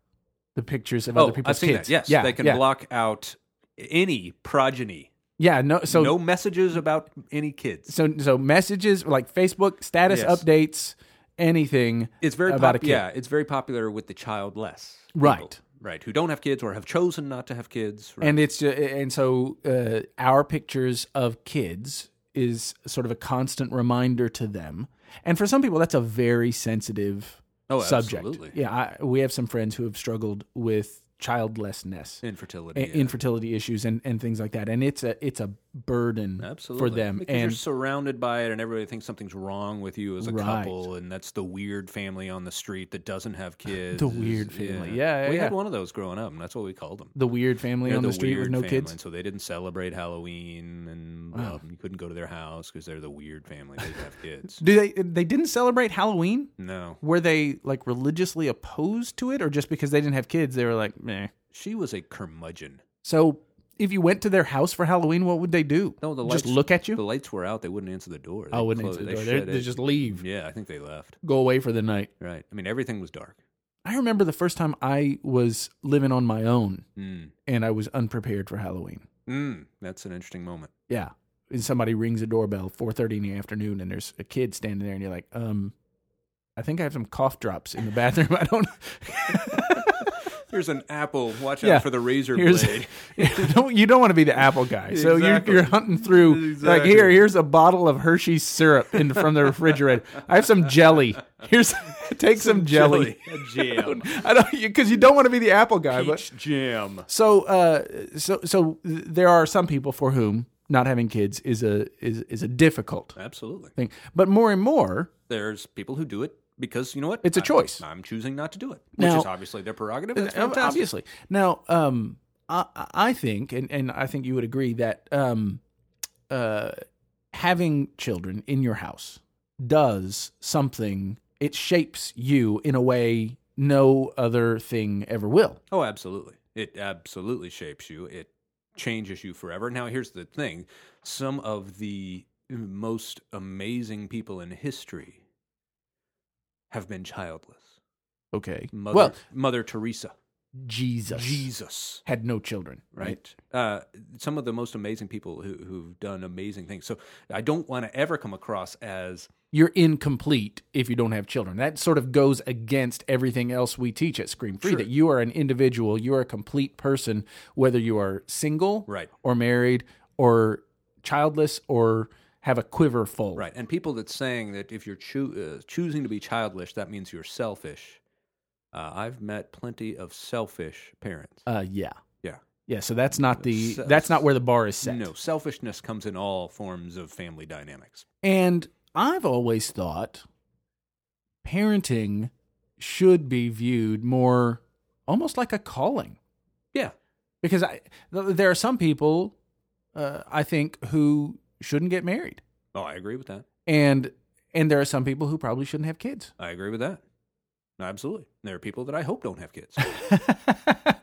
Speaker 1: the pictures of other
Speaker 2: oh,
Speaker 1: people's
Speaker 2: I've seen
Speaker 1: kids.
Speaker 2: that. Yes,
Speaker 1: yeah,
Speaker 2: they can
Speaker 1: yeah,
Speaker 2: block out any progeny.
Speaker 1: Yeah, no. So
Speaker 2: no messages about any kids.
Speaker 1: so so messages like Facebook status
Speaker 2: Yes.
Speaker 1: updates, anything.
Speaker 2: It's very
Speaker 1: About a
Speaker 2: pop-
Speaker 1: kid.
Speaker 2: yeah. It's very popular with the childless, people,
Speaker 1: Right.
Speaker 2: Right, who don't have kids or have chosen not to have kids. Right.
Speaker 1: and it's ju- and so uh, our pictures of kids is sort of a constant reminder to them and for some people that's a very sensitive
Speaker 2: Oh,
Speaker 1: subject
Speaker 2: absolutely.
Speaker 1: yeah I, we have some friends who have struggled with childlessness
Speaker 2: infertility,
Speaker 1: and
Speaker 2: yeah.
Speaker 1: infertility issues and, and things like that and it's a it's a burden
Speaker 2: absolutely
Speaker 1: for them
Speaker 2: because you're
Speaker 1: and
Speaker 2: surrounded by it, and everybody thinks something's wrong with you as a
Speaker 1: Right.
Speaker 2: couple, and that's the weird family on the street that doesn't have kids.
Speaker 1: weird family. Yeah, yeah,
Speaker 2: we had
Speaker 1: yeah.
Speaker 2: one of those growing up, and that's what we called them.
Speaker 1: the weird family
Speaker 2: They're
Speaker 1: on the, street with
Speaker 2: weird
Speaker 1: no
Speaker 2: family,
Speaker 1: kids
Speaker 2: and so they didn't celebrate Halloween, and well, you couldn't go to their house because they're the weird family. They didn't have kids.
Speaker 1: do they they didn't celebrate halloween
Speaker 2: No,
Speaker 1: were they like religiously opposed to it or just because they didn't have kids they were like meh
Speaker 2: she was a curmudgeon.
Speaker 1: So if you went to their house for Halloween, what would they do?
Speaker 2: No, the
Speaker 1: just
Speaker 2: lights-
Speaker 1: look at
Speaker 2: The
Speaker 1: you.
Speaker 2: lights were out; they wouldn't answer the door.
Speaker 1: I
Speaker 2: They
Speaker 1: Oh, wouldn't
Speaker 2: closed-
Speaker 1: answer the door.
Speaker 2: they
Speaker 1: They
Speaker 2: shut
Speaker 1: they
Speaker 2: it.
Speaker 1: just leave.
Speaker 2: yeah, I think they left.
Speaker 1: Go away for the night.
Speaker 2: Right. I mean, everything was dark.
Speaker 1: I remember the first time I was living on my own
Speaker 2: Mm.
Speaker 1: and I was unprepared for Halloween.
Speaker 2: Mm. That's an interesting moment.
Speaker 1: Yeah. And somebody rings a doorbell 4:30 in the afternoon and there's a kid standing there and you're like, "Um, I think I have some cough drops in the bathroom. I don't
Speaker 2: Here's an apple. Watch
Speaker 1: Yeah.
Speaker 2: out for the razor
Speaker 1: Here's-
Speaker 2: blade.
Speaker 1: you don't you don't want to be the apple guy. So
Speaker 2: Exactly.
Speaker 1: you're you're hunting through like
Speaker 2: Exactly.
Speaker 1: here here's a bottle of Hershey's syrup in from the refrigerator. I have some jelly. Here's take some, jelly.
Speaker 2: jelly. A jam.
Speaker 1: I don't because you don't want to be the apple guy. But
Speaker 2: Peach jam.
Speaker 1: so uh, so so there are some people for whom not having kids is a is is a difficult
Speaker 2: Absolutely.
Speaker 1: thing. But more and more,
Speaker 2: There's people who do it because you know what?
Speaker 1: It's a
Speaker 2: I'm-
Speaker 1: choice.
Speaker 2: I'm choosing not to do it, which
Speaker 1: Now-
Speaker 2: is obviously their prerogative. That's
Speaker 1: Ob-
Speaker 2: fantastic.
Speaker 1: obviously. Now, um, I, I- I think, and, and I think you would agree that um, uh, having children in your house does something. It shapes you in a way no other thing ever will.
Speaker 2: Oh, absolutely. It absolutely shapes you. It changes you forever. Now, here's the thing: some of the most amazing people in history have been childless.
Speaker 1: Okay.
Speaker 2: Mother,
Speaker 1: Well,
Speaker 2: Mother Teresa,
Speaker 1: Jesus
Speaker 2: Jesus.
Speaker 1: had no children, right?
Speaker 2: right? Uh, some of the most amazing people who, who've done amazing things. So I don't want to ever come across as
Speaker 1: You're incomplete if you don't have children. That sort of goes against everything else we teach at Scream Free
Speaker 2: Sure.
Speaker 1: that you are an individual, you are a complete person, whether you are single,
Speaker 2: right,
Speaker 1: or married or childless or have a quiver full.
Speaker 2: right. And people that's saying that if you're choo- uh, choosing to be childish, that means you're selfish. Uh, I've met plenty of selfish parents.
Speaker 1: Uh, yeah.
Speaker 2: Yeah.
Speaker 1: Yeah. So that's not the
Speaker 2: So-
Speaker 1: that's not where the bar is set.
Speaker 2: No, selfishness comes in all forms of family dynamics.
Speaker 1: And I've always thought parenting should be viewed more almost like a calling
Speaker 2: Yeah,
Speaker 1: because I th- there are some people uh, I think who shouldn't get married
Speaker 2: oh, I agree with that.
Speaker 1: and and there are some people who probably shouldn't have kids.
Speaker 2: I agree with that. Absolutely. There are people that I hope don't have kids.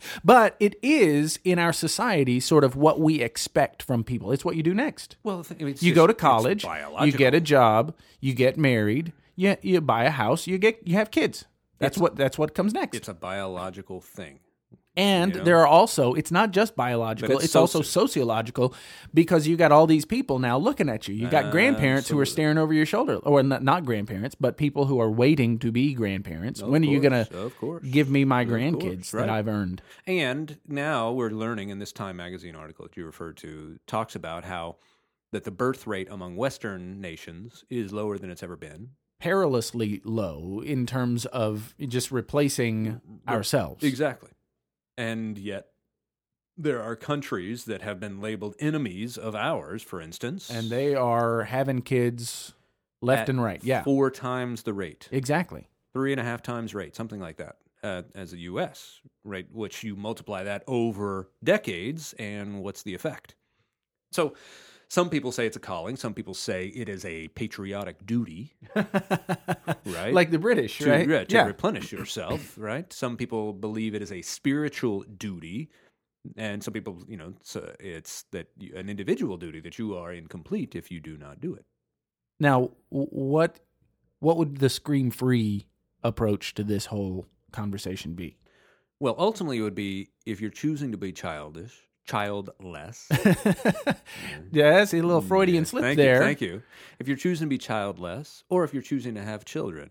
Speaker 1: but it is in our society sort of what we expect from people. It's what you do next.
Speaker 2: well, I mean, it's
Speaker 1: You
Speaker 2: just-
Speaker 1: go to
Speaker 2: it's
Speaker 1: college, you
Speaker 2: biological.
Speaker 1: get a job, you get married, you, you buy a house, you get you have kids. That's what that's what comes next.
Speaker 2: It's a biological thing.
Speaker 1: and
Speaker 2: you know.
Speaker 1: there are also it's not just biological,
Speaker 2: But
Speaker 1: it's,
Speaker 2: it's
Speaker 1: also sociological because you got all these people now looking at you. You got grandparents who are
Speaker 2: Absolutely.
Speaker 1: staring over your shoulder or not, not grandparents, but people who are waiting to be grandparents. when are you going to
Speaker 2: Of course.
Speaker 1: give me my
Speaker 2: course,
Speaker 1: grandkids that
Speaker 2: right.
Speaker 1: I've earned?
Speaker 2: And now we're learning in this Time magazine article that you referred to talks about how that the birth rate among Western nations is lower than it's ever been
Speaker 1: perilously low in terms of just replacing
Speaker 2: Right.
Speaker 1: ourselves.
Speaker 2: Exactly. And yet, there are countries that have been labeled enemies of ours, for instance.
Speaker 1: And they are having kids left
Speaker 2: at
Speaker 1: and right. Yeah.
Speaker 2: Four times the rate,
Speaker 1: Exactly.
Speaker 2: three and a half times rate, something like that, uh, as the U.S., right? Which you multiply that over decades, and what's the effect? So, some people say it's a calling. Some people say it is a patriotic duty, right?
Speaker 1: Like the British,
Speaker 2: to,
Speaker 1: right?
Speaker 2: yeah, to replenish yourself, right? Some people believe it is a spiritual duty, and some people, you know, it's, uh, it's that you, an individual duty that you are incomplete if you do not do it.
Speaker 1: Now, w- what what would the scream free approach to this whole conversation be?
Speaker 2: Well, ultimately, it would be if you're choosing to be childish, childless.
Speaker 1: yeah, see a little Freudian slip
Speaker 2: Mm, thank
Speaker 1: there.
Speaker 2: You, thank you. If you're choosing to be childless, or if you're choosing to have children,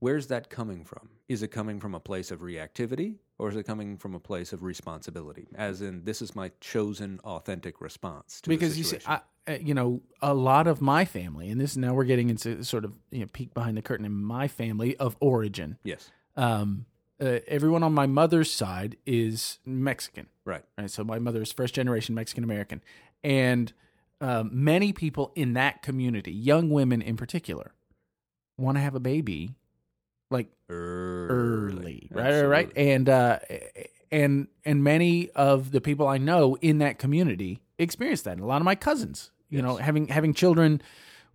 Speaker 2: where's that coming from? Is it coming from a place of reactivity, or is it coming from a place of responsibility? As in, this is my chosen, authentic response to the
Speaker 1: because you see,
Speaker 2: situation.
Speaker 1: I, uh, you know, a lot of my family, and this now we're getting into sort of you know peek behind the curtain in my family of origin.
Speaker 2: yes,
Speaker 1: Um, uh, everyone on my mother's side is Mexican.
Speaker 2: right,
Speaker 1: Right, so my mother is first generation Mexican American, and um, many people in that community, young women in particular, want to have a baby, like early, right, right, right,
Speaker 2: Absolutely.
Speaker 1: and uh, and and many of the people I know in that community experience that. And a lot of my cousins, you know,
Speaker 2: Yes.
Speaker 1: having having children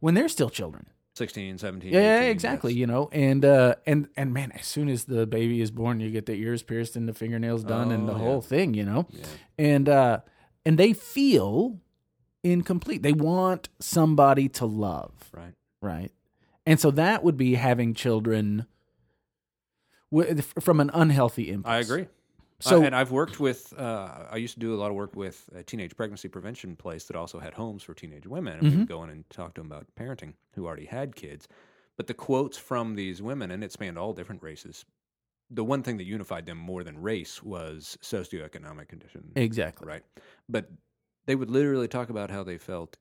Speaker 1: when they're still children.
Speaker 2: 16, 17.
Speaker 1: Yeah, yeah,
Speaker 2: 18,
Speaker 1: exactly.
Speaker 2: yes.
Speaker 1: You know, and uh, and and man, as soon as the baby is born, you get the ears pierced and the fingernails done and the
Speaker 2: Oh, yeah.
Speaker 1: whole thing. You know,
Speaker 2: Yeah.
Speaker 1: and uh, and they feel incomplete. They want somebody to love,
Speaker 2: Right.
Speaker 1: right? And so that would be having children with, from an unhealthy impulse.
Speaker 2: I agree. So,
Speaker 1: So
Speaker 2: and I've worked with. Uh, I used to do a lot of work with a teenage pregnancy prevention place that also had homes for teenage women, and we'd go in and talk to them about parenting who already had kids. But the quotes from these women, and it spanned all different races. The one thing that unified them more than race was socioeconomic condition,
Speaker 1: exactly.
Speaker 2: right? But they would literally talk about how they felt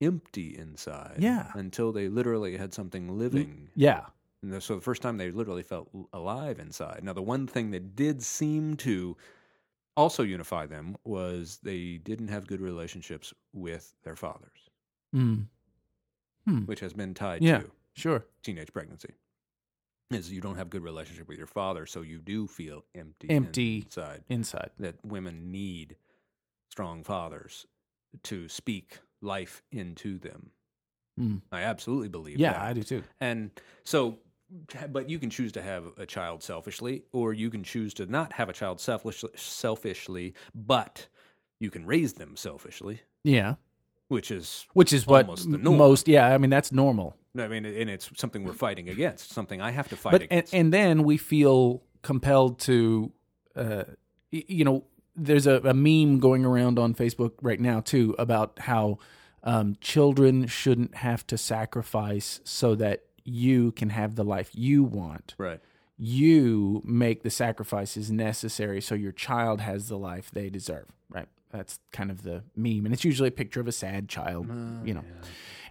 Speaker 2: empty inside,
Speaker 1: Yeah.
Speaker 2: until they literally had something living
Speaker 1: Yeah,
Speaker 2: and the- so the first time they literally felt l- alive inside. Now, the one thing that did seem to also unify them was they didn't have good relationships with their fathers,
Speaker 1: Mm,
Speaker 2: which has been tied
Speaker 1: Yeah.
Speaker 2: to
Speaker 1: sure.
Speaker 2: teenage pregnancy. Is you don't have good relationship with your father, so you do feel empty,
Speaker 1: Empty.
Speaker 2: inside.
Speaker 1: Inside.
Speaker 2: That women need strong fathers to speak life into them.
Speaker 1: Mm.
Speaker 2: I absolutely believe
Speaker 1: Yeah,
Speaker 2: that.
Speaker 1: I do too.
Speaker 2: And so, but you can choose to have a child selfishly, or you can choose to not have a child selfishly, selfishly but you can raise them selfishly,
Speaker 1: Yeah,
Speaker 2: which is,
Speaker 1: which is what
Speaker 2: Almost the
Speaker 1: m-
Speaker 2: norm.
Speaker 1: most. Yeah, I mean that's normal.
Speaker 2: I mean, and it's something we're fighting against, something I have to fight
Speaker 1: but and,
Speaker 2: against.
Speaker 1: and then we feel compelled to uh, y- you know there's a, a meme going around on facebook right now too about how um, children shouldn't have to sacrifice so that you can have the life you want
Speaker 2: right.
Speaker 1: you make the sacrifices necessary so your child has the life they deserve right that's kind of the meme and it's usually a picture of a sad child you know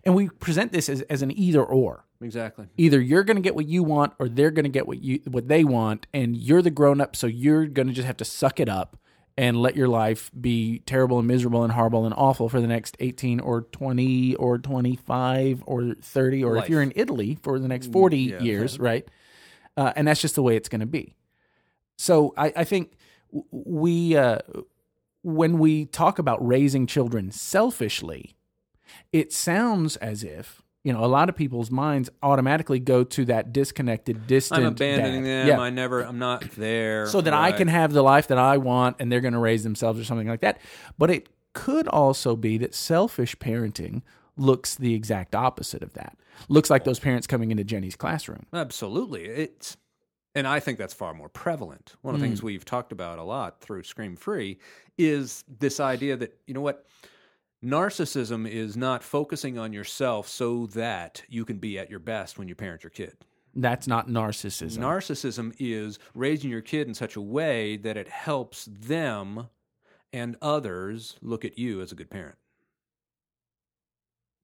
Speaker 1: and we present this as, as an either or
Speaker 2: Exactly.
Speaker 1: either you're going to get what you want or they're going to get what you what they want and you're the grown up so you're going to just have to suck it up and let your life be terrible and miserable and horrible and awful for the next 18 or 20 or 25 or 30 or
Speaker 2: Life. Mm,
Speaker 1: if you're in Italy for the next 40
Speaker 2: yeah.
Speaker 1: years, right? Uh, and that's just the way it's going to be. So I, I think w- we uh, when we talk about raising children selfishly, it sounds as if you know a lot of people's minds automatically go to that disconnected distant
Speaker 2: I'm abandoning
Speaker 1: dad.
Speaker 2: them.
Speaker 1: Yeah.
Speaker 2: I never, I'm not there.
Speaker 1: so that i
Speaker 2: right?
Speaker 1: can have the life that i want and they're going to raise themselves or something like that but it could also be that selfish parenting looks the exact opposite of that looks like those parents coming into jenny's classroom
Speaker 2: Absolutely. It's and I think that's far more prevalent. One of the things we've talked about a lot through Scream Free is this idea that, you know what, narcissism is not focusing on yourself so that you can be at your best when you parent your kid.
Speaker 1: that's not narcissism
Speaker 2: Narcissism is raising your kid in such a way that it helps them and others look at you as a good parent.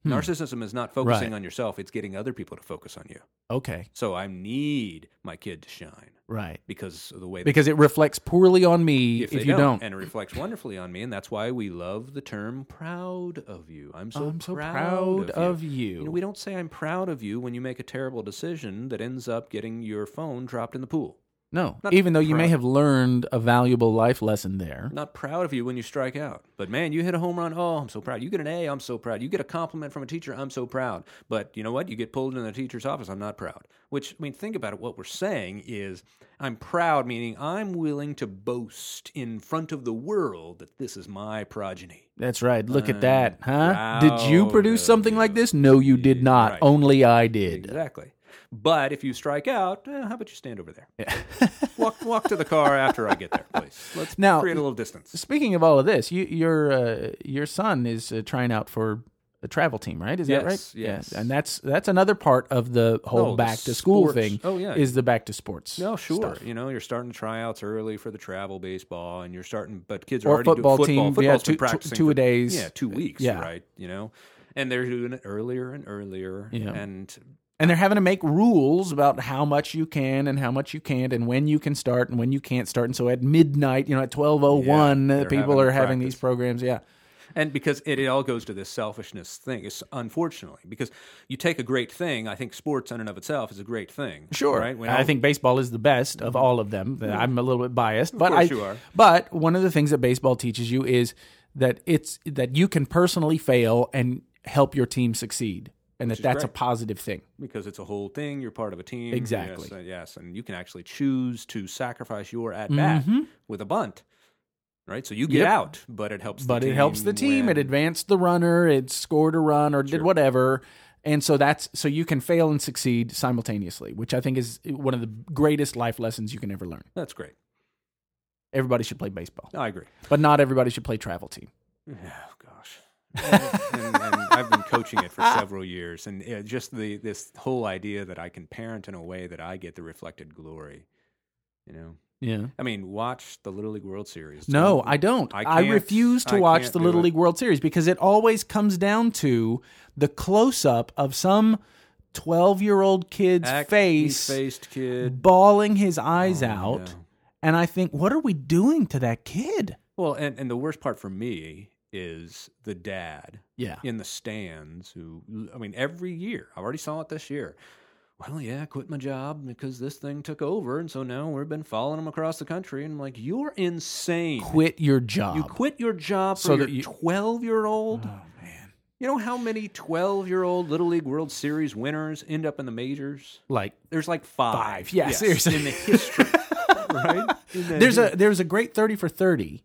Speaker 2: Narcissism is not focusing
Speaker 1: Right.
Speaker 2: on yourself, it's getting other people to focus on you.
Speaker 1: Okay.
Speaker 2: So I need my kid to shine
Speaker 1: Right.
Speaker 2: because of the way that
Speaker 1: Because it reflects poorly on me if,
Speaker 2: they
Speaker 1: you don't.
Speaker 2: And it reflects wonderfully on me. And that's why we love the term proud of you. I'm so,
Speaker 1: Oh, I'm so
Speaker 2: proud,
Speaker 1: proud
Speaker 2: of
Speaker 1: of
Speaker 2: you.
Speaker 1: you.
Speaker 2: You know, we don't say I'm proud of you when you make a terrible decision that ends up getting your phone dropped in the pool.
Speaker 1: No,
Speaker 2: Not
Speaker 1: even though you may
Speaker 2: proud.
Speaker 1: have learned a valuable life lesson there.
Speaker 2: I'm not proud of you when you strike out. But man, you hit a home run. Oh, I'm so proud. You get an A. I'm so proud. You get a compliment from a teacher. I'm so proud. But you know what? You get pulled into the teacher's office. I'm not proud. Which, I mean, think about it. What we're saying is I'm proud, meaning I'm willing to boast in front of the world that this is my progeny.
Speaker 1: That's right. Look
Speaker 2: I'm
Speaker 1: at that,
Speaker 2: Uh,
Speaker 1: huh? Did you
Speaker 2: proud
Speaker 1: produce
Speaker 2: of
Speaker 1: something
Speaker 2: you.
Speaker 1: like this? No, you did
Speaker 2: Yeah,
Speaker 1: not.
Speaker 2: right.
Speaker 1: Only I did.
Speaker 2: Exactly. But if you strike out, eh, how about you stand over there? walk walk to the car after I get there, please. Let's
Speaker 1: Now-
Speaker 2: create a little distance.
Speaker 1: Speaking of all of this, you, your uh, your son is uh, trying out for a travel team, right? Is
Speaker 2: Yes,
Speaker 1: that right?
Speaker 2: yes.
Speaker 1: And that's that's another part of the whole
Speaker 2: Oh, the
Speaker 1: back to school
Speaker 2: sports.
Speaker 1: thing.
Speaker 2: Oh, yeah.
Speaker 1: is the back to sports.
Speaker 2: No, sure.
Speaker 1: stuff.
Speaker 2: You know, you're starting tryouts early for the travel baseball, and you're starting, but kids are
Speaker 1: Or
Speaker 2: already
Speaker 1: football
Speaker 2: doing football.
Speaker 1: team,
Speaker 2: Football's
Speaker 1: yeah,
Speaker 2: been
Speaker 1: two- two-
Speaker 2: practicing
Speaker 1: two
Speaker 2: for-
Speaker 1: a days.
Speaker 2: Yeah, two weeks,
Speaker 1: Yeah.
Speaker 2: right? You know, and they're doing it earlier and earlier,
Speaker 1: Yeah.
Speaker 2: and
Speaker 1: And they're having to make rules about how much you can and how much you can't and when you can start and when you can't start. And so at midnight, you know, at 1201,
Speaker 2: Yeah,
Speaker 1: uh
Speaker 2: they're
Speaker 1: people
Speaker 2: having
Speaker 1: are having
Speaker 2: practice.
Speaker 1: these programs. Yeah.
Speaker 2: and because it, it all goes to this selfishness thing it's unfortunately because you take a great thing i think sports in and of itself is a great thing right When
Speaker 1: I
Speaker 2: all- Mm-hmm.
Speaker 1: think baseball is the best of all of them. I'm a little bit biased, but
Speaker 2: course
Speaker 1: I,
Speaker 2: you are.
Speaker 1: but one of the things that baseball teaches you is that it's that you can personally fail and help your team succeed. And that that's a
Speaker 2: great.
Speaker 1: positive thing.
Speaker 2: because it's a whole thing you're part of a team
Speaker 1: Exactly.
Speaker 2: yes, uh, yes and you can actually choose to sacrifice your at bat with a bunt right so you get
Speaker 1: Mm-hmm. Yep.
Speaker 2: out but it helps
Speaker 1: but
Speaker 2: the
Speaker 1: it
Speaker 2: team
Speaker 1: helps the team.
Speaker 2: win.
Speaker 1: It advanced the runner. It scored a run or did whatever. And so that's so you can fail and succeed simultaneously, which I think is one of the greatest life lessons you can ever learn.
Speaker 2: that's great
Speaker 1: Everybody should play baseball,
Speaker 2: i agree
Speaker 1: but not everybody should play travel team.
Speaker 2: oh gosh and, and I've been coaching it for several years, and uh, just the this whole idea that I can parent in a way that I get the reflected glory, you know.
Speaker 1: Yeah.
Speaker 2: I mean, watch the Little League World Series.
Speaker 1: No,
Speaker 2: Don't-
Speaker 1: I don't.
Speaker 2: I
Speaker 1: I,
Speaker 2: can't-
Speaker 1: refuse to
Speaker 2: I
Speaker 1: watch
Speaker 2: can't
Speaker 1: the
Speaker 2: do
Speaker 1: Little
Speaker 2: it.
Speaker 1: League World Series because it always comes down to the close up of some 12 year old kid's face
Speaker 2: faced kid.
Speaker 1: bawling his eyes
Speaker 2: Oh,
Speaker 1: out.
Speaker 2: no.
Speaker 1: And I think, what are we doing to that kid?
Speaker 2: Well, and, and the worst part for me is the dad
Speaker 1: Yeah.
Speaker 2: in the stands who, I mean, every year, I already saw it this year. Well, yeah, I quit my job because this thing took over. And so now we've been following them across the country. And I'm like, you're insane.
Speaker 1: Quit your job.
Speaker 2: You quit your job for
Speaker 1: So that
Speaker 2: your
Speaker 1: you-
Speaker 2: 12 year old.
Speaker 1: Oh man.
Speaker 2: You know how many 12 year old Little League World Series winners end up in the majors?
Speaker 1: Like
Speaker 2: There's like five.
Speaker 1: Five, yeah, seriously.
Speaker 2: In the history, right? In the-
Speaker 1: there's a there's a great 30 for 30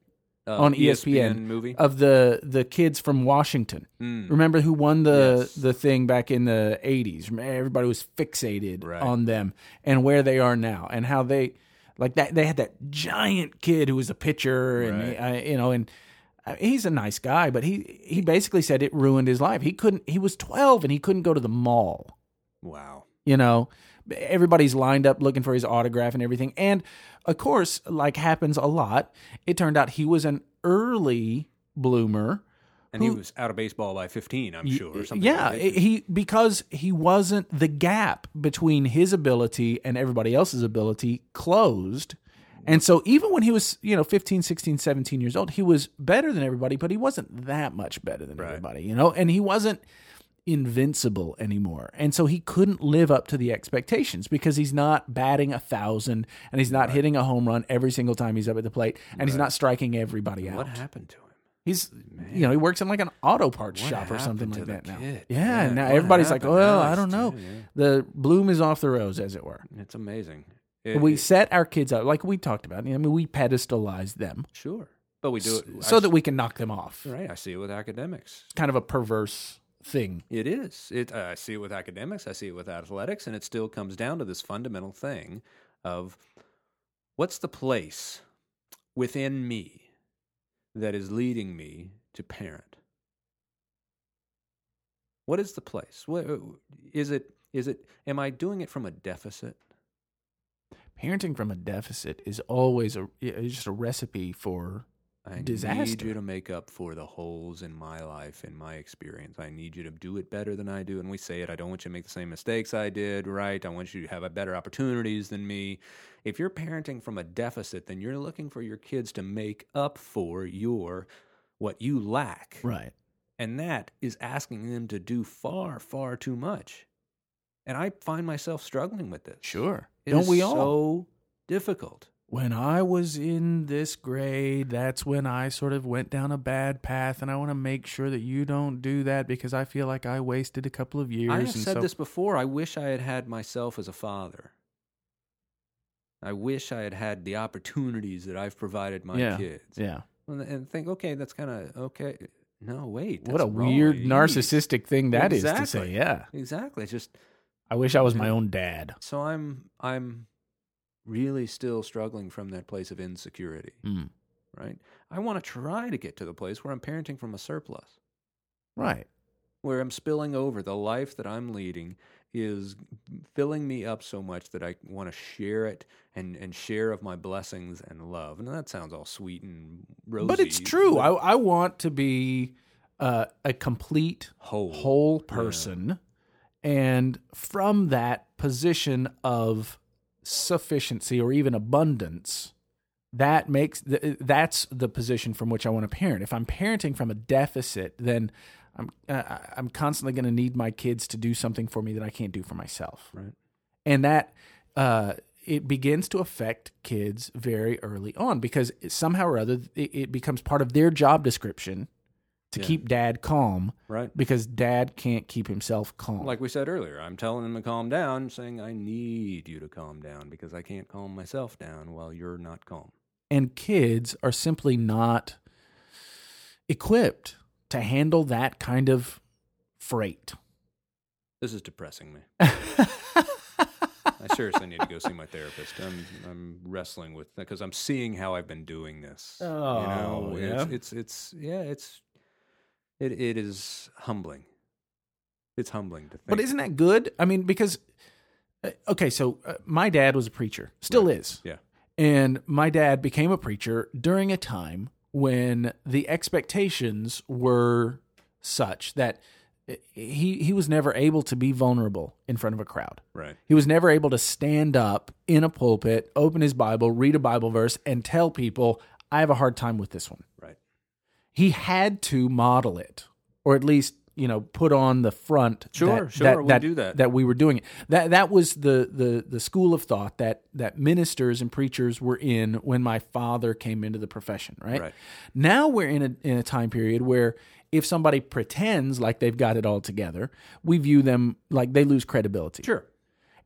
Speaker 2: uh,
Speaker 1: on E ESPN,
Speaker 2: movie.
Speaker 1: of the the kids from Washington.
Speaker 2: Mm.
Speaker 1: Remember who won the
Speaker 2: Yes.
Speaker 1: the thing back in the 80s? Remember, Everybody was fixated
Speaker 2: Right.
Speaker 1: on them and where they are now and how they like that they had that giant kid who was a pitcher and
Speaker 2: Right.
Speaker 1: uh, you know and uh, he's a nice guy but he he basically said it ruined his life. He couldn't he was 12 and he couldn't go to the mall.
Speaker 2: Wow.
Speaker 1: you know everybody's lined up looking for his autograph and everything and of course like happens a lot it turned out he was an early bloomer
Speaker 2: And he
Speaker 1: Who- eh,
Speaker 2: was out of baseball by 15, I'm sure. Or something
Speaker 1: yeah
Speaker 2: like that.
Speaker 1: he because he wasn't the gap between his ability and everybody else's ability closed and so even when he was you know 15 16 17 years old he was better than everybody but he wasn't that much better than everybody you know and he wasn't invincible anymore. And so he couldn't live up to the expectations because he's not batting a thousand and he's not hitting a home run every single time he's up at the plate and he's not striking everybody out.
Speaker 2: What happened to him?
Speaker 1: He's you know, he works in like an auto parts
Speaker 2: What
Speaker 1: shop or something like
Speaker 2: happened to
Speaker 1: that
Speaker 2: the
Speaker 1: now.
Speaker 2: kid?
Speaker 1: Yeah,
Speaker 2: Yeah,
Speaker 1: and now
Speaker 2: what
Speaker 1: everybody's like,
Speaker 2: happened?
Speaker 1: "Well,
Speaker 2: Now
Speaker 1: I don't
Speaker 2: it's
Speaker 1: know.
Speaker 2: too, yeah.
Speaker 1: The bloom is off the rose as it were."
Speaker 2: It's amazing. It-
Speaker 1: we
Speaker 2: it-
Speaker 1: set our kids up like we talked about. I mean, we pedestalize them
Speaker 2: sure. But we do it.
Speaker 1: so
Speaker 2: I,
Speaker 1: that we can knock them off.
Speaker 2: Right. I see it with academics.
Speaker 1: Kind of a perverse thing.
Speaker 2: It is. It, I see it with academics. I see it with athletics. And it still comes down to this fundamental thing of what's the place within me that is leading me to parent? What is the place? What, is it? Is it? Am I doing it from a deficit?
Speaker 1: Parenting from a deficit is always a is just a recipe for
Speaker 2: I need
Speaker 1: Disaster.
Speaker 2: you to make up for the holes in my life and my experience. I need you to do it better than I do. And we say it. I don't want you to make the same mistakes I did, right? I want you to have a better opportunities than me. If you're parenting from a deficit, then you're looking for your kids to make up for your what you lack.
Speaker 3: Right.
Speaker 2: And that is asking them to do far, far too much. And I find myself struggling with this.
Speaker 3: Sure.
Speaker 2: It
Speaker 3: Don't
Speaker 2: is
Speaker 3: we all?
Speaker 2: So difficult.
Speaker 3: when I was in this grade, that's when I sort of went down a bad path, and I want to make sure that you don't do that because I feel like I wasted a couple of years.
Speaker 2: I have
Speaker 3: and
Speaker 2: said
Speaker 3: so-
Speaker 2: this before. I wish I had had myself as a father. I wish I had had the opportunities that I've provided my
Speaker 3: Yeah.
Speaker 2: kids.
Speaker 3: Yeah.
Speaker 2: And, and think, okay, that's kind of okay. No, wait.
Speaker 1: What
Speaker 2: that's
Speaker 1: a
Speaker 2: wrong.
Speaker 1: weird
Speaker 2: Jeez.
Speaker 1: narcissistic thing that is
Speaker 2: Exactly.
Speaker 1: to say. Yeah.
Speaker 2: Exactly. It's just
Speaker 1: I wish I was my own dad.
Speaker 2: so I'm I'm really still struggling from that place of insecurity.
Speaker 1: Hmm.
Speaker 3: Mm.
Speaker 2: Right. I want to try to get to the place where I'm parenting from a surplus.
Speaker 3: Right.
Speaker 2: where I'm spilling over. The life that I'm leading is filling me up so much that I want to share it and, and share of my blessings and love. And that sounds all sweet and rosy.
Speaker 1: But it's true.
Speaker 2: but
Speaker 1: I, I want to be uh, a complete
Speaker 2: whole.
Speaker 1: whole person. And from that position of sufficiency or even abundance, that makes th- that's the position from which I want to parent. If I'm parenting from a deficit, then I'm uh, I'm constantly going to need my kids to do something for me that I can't do for myself.
Speaker 2: Right.
Speaker 1: and that uh, it begins to affect kids very early on because somehow or other it, it becomes part of their job description to
Speaker 2: Yeah.
Speaker 1: keep dad calm
Speaker 2: Right.
Speaker 1: because dad can't keep himself calm.
Speaker 2: Like we said earlier, I'm telling them to calm down, saying, I need you to calm down because I can't calm myself down while you're not calm.
Speaker 1: and kids are simply not equipped to handle that kind of freight.
Speaker 2: This is depressing me. I seriously need to go see my therapist. I'm I'm wrestling with because I'm seeing how I've been doing this. you know,
Speaker 1: Oh, yeah.
Speaker 2: It's, it's it's yeah, it's it it is humbling. It's humbling to think.
Speaker 1: But isn't that good? I mean, because uh, okay, so uh, my dad was a preacher, still is.
Speaker 2: yeah,
Speaker 1: And my dad became a preacher during a time when the expectations were such that uh, he he was never able to be vulnerable in front of a crowd.
Speaker 2: right.
Speaker 1: He was never able to stand up in a pulpit, open his Bible, read a Bible verse and tell people, "I have a hard time with this one."
Speaker 2: Right.
Speaker 1: He had to model it or at least you know, put on the front.
Speaker 2: Sure,
Speaker 1: that,
Speaker 2: sure,
Speaker 1: that,
Speaker 2: we
Speaker 1: that,
Speaker 2: do that.
Speaker 1: that we were doing it. That that was the the the school of thought that that ministers and preachers were in when my father came into the profession, right?
Speaker 2: Right.
Speaker 1: Now we're in a in a time period where if somebody pretends like they've got it all together, we view them like they lose credibility.
Speaker 2: Sure.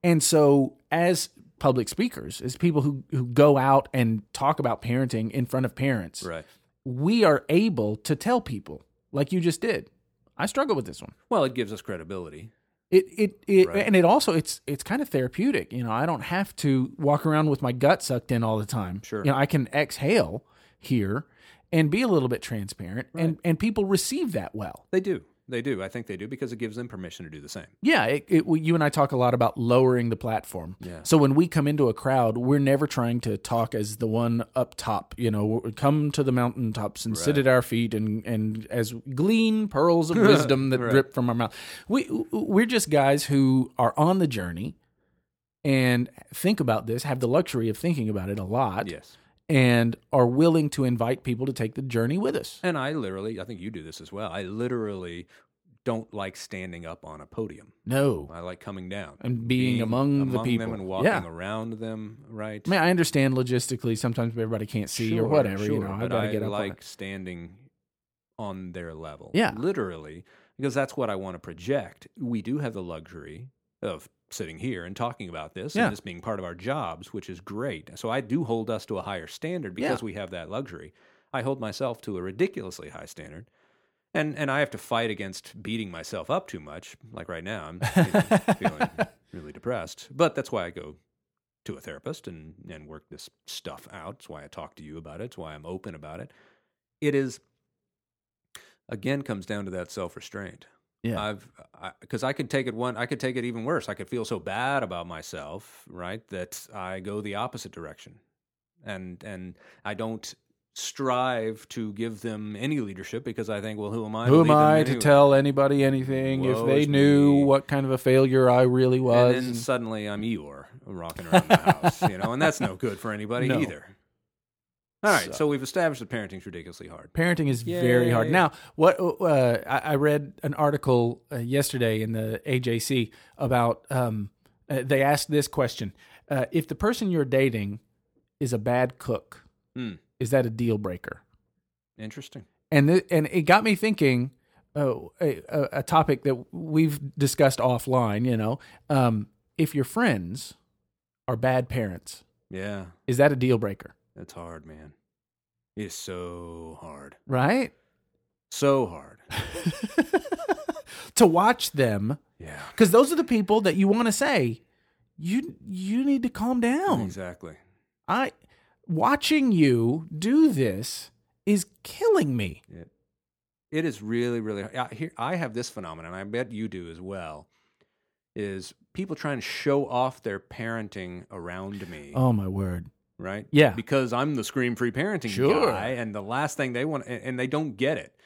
Speaker 1: And so as public speakers, as people who who go out and talk about parenting in front of parents,
Speaker 2: Right.
Speaker 1: we are able to tell people like you just did. I struggle with this one
Speaker 2: Well, it gives us credibility.
Speaker 1: it it, it
Speaker 2: Right.
Speaker 1: and it also it's it's kind of therapeutic you know i don't have to walk around with my gut sucked in all the time
Speaker 2: Sure.
Speaker 1: you know i can exhale here and be a little bit transparent and and people receive that well
Speaker 2: They do. They do. I think they do because it gives them permission to do the same.
Speaker 1: yeah it, it, we, you and i talk a lot about lowering the platform
Speaker 2: Yeah.
Speaker 1: so when we come into a crowd we're never trying to talk as the one up top you know we're- come to the mountaintops and sit at our feet and and as glean pearls of wisdom that drip from our mouth we we're just guys who are on the journey and think about this have the luxury of thinking about it a lot
Speaker 2: Yes.
Speaker 1: and are willing to invite people to take the journey with us
Speaker 2: And I literally, I think you do this as well. I literally don't like standing up on a podium.
Speaker 1: no
Speaker 2: I like coming down
Speaker 1: And being among the people.
Speaker 2: them and walking
Speaker 1: Yeah.
Speaker 2: around them, right?
Speaker 1: I mean, I understand logistically. Sometimes everybody can't see or
Speaker 2: Sure,
Speaker 1: whatever. you
Speaker 2: sure,
Speaker 1: know, I've
Speaker 2: but
Speaker 1: got to
Speaker 2: I
Speaker 1: get up. on
Speaker 2: like
Speaker 1: it.
Speaker 2: standing on their level.
Speaker 1: Yeah.
Speaker 2: literally, because that's what I want to project. We do have the luxury of sitting here and talking about this
Speaker 1: Yeah.
Speaker 2: and this being part of our jobs, which is great. So I do hold us to a higher standard because
Speaker 1: Yeah.
Speaker 2: we have that luxury. I hold myself to a ridiculously high standard. And and I have to fight against beating myself up too much. Like right now, I'm feeling, feeling really depressed. But that's why I go to a therapist and and work this stuff out. It's why I talk to you about it. It's why I'm open about it. It is again comes down to that self restraint.
Speaker 3: Yeah.
Speaker 2: I've because I, could take it one. I could take it even worse. I could feel so bad about myself, right, that I go the opposite direction, and and I don't strive to give them any leadership because I think, well, who am I?
Speaker 1: Who
Speaker 2: lead
Speaker 1: am
Speaker 2: them
Speaker 1: I to
Speaker 2: anyway?
Speaker 1: tell anybody anything
Speaker 2: Woe
Speaker 1: if they
Speaker 2: is
Speaker 1: knew
Speaker 2: me.
Speaker 1: what kind of a failure I really was?
Speaker 2: And then suddenly I'm Eeyore rocking around the house, you know, and that's no good for anybody
Speaker 1: No.
Speaker 2: either. All right,
Speaker 1: So-
Speaker 2: so, we've established that parenting's ridiculously hard.
Speaker 1: Parenting is very hard.
Speaker 2: Yay.
Speaker 1: Now, what uh, I, I read an article uh, yesterday in the AJC about um, uh, they asked this question: uh, If the person you're dating is a bad cook,
Speaker 2: Hmm.
Speaker 1: is that a deal breaker?
Speaker 2: Interesting.
Speaker 1: And th- and it got me thinking. Oh, a, a a topic that we've discussed offline. You know, um, if your friends are bad parents,
Speaker 2: Yeah,
Speaker 1: is that a deal breaker?
Speaker 2: that's hard, man. It's so hard.
Speaker 1: Right?
Speaker 2: So hard.
Speaker 1: to watch them
Speaker 2: Yeah.
Speaker 1: because those are the people that you want to say you you need to calm down
Speaker 2: Exactly.
Speaker 1: i watching you do this is killing me
Speaker 2: It is really, really hard. I, here, I have this phenomenon, I bet you do as well, is people trying to show off their parenting around me.
Speaker 1: oh my word
Speaker 2: right?
Speaker 1: Yeah.
Speaker 2: because I'm the scream-free parenting
Speaker 1: Sure.
Speaker 2: guy, and the last thing they want, and, and they don't get it.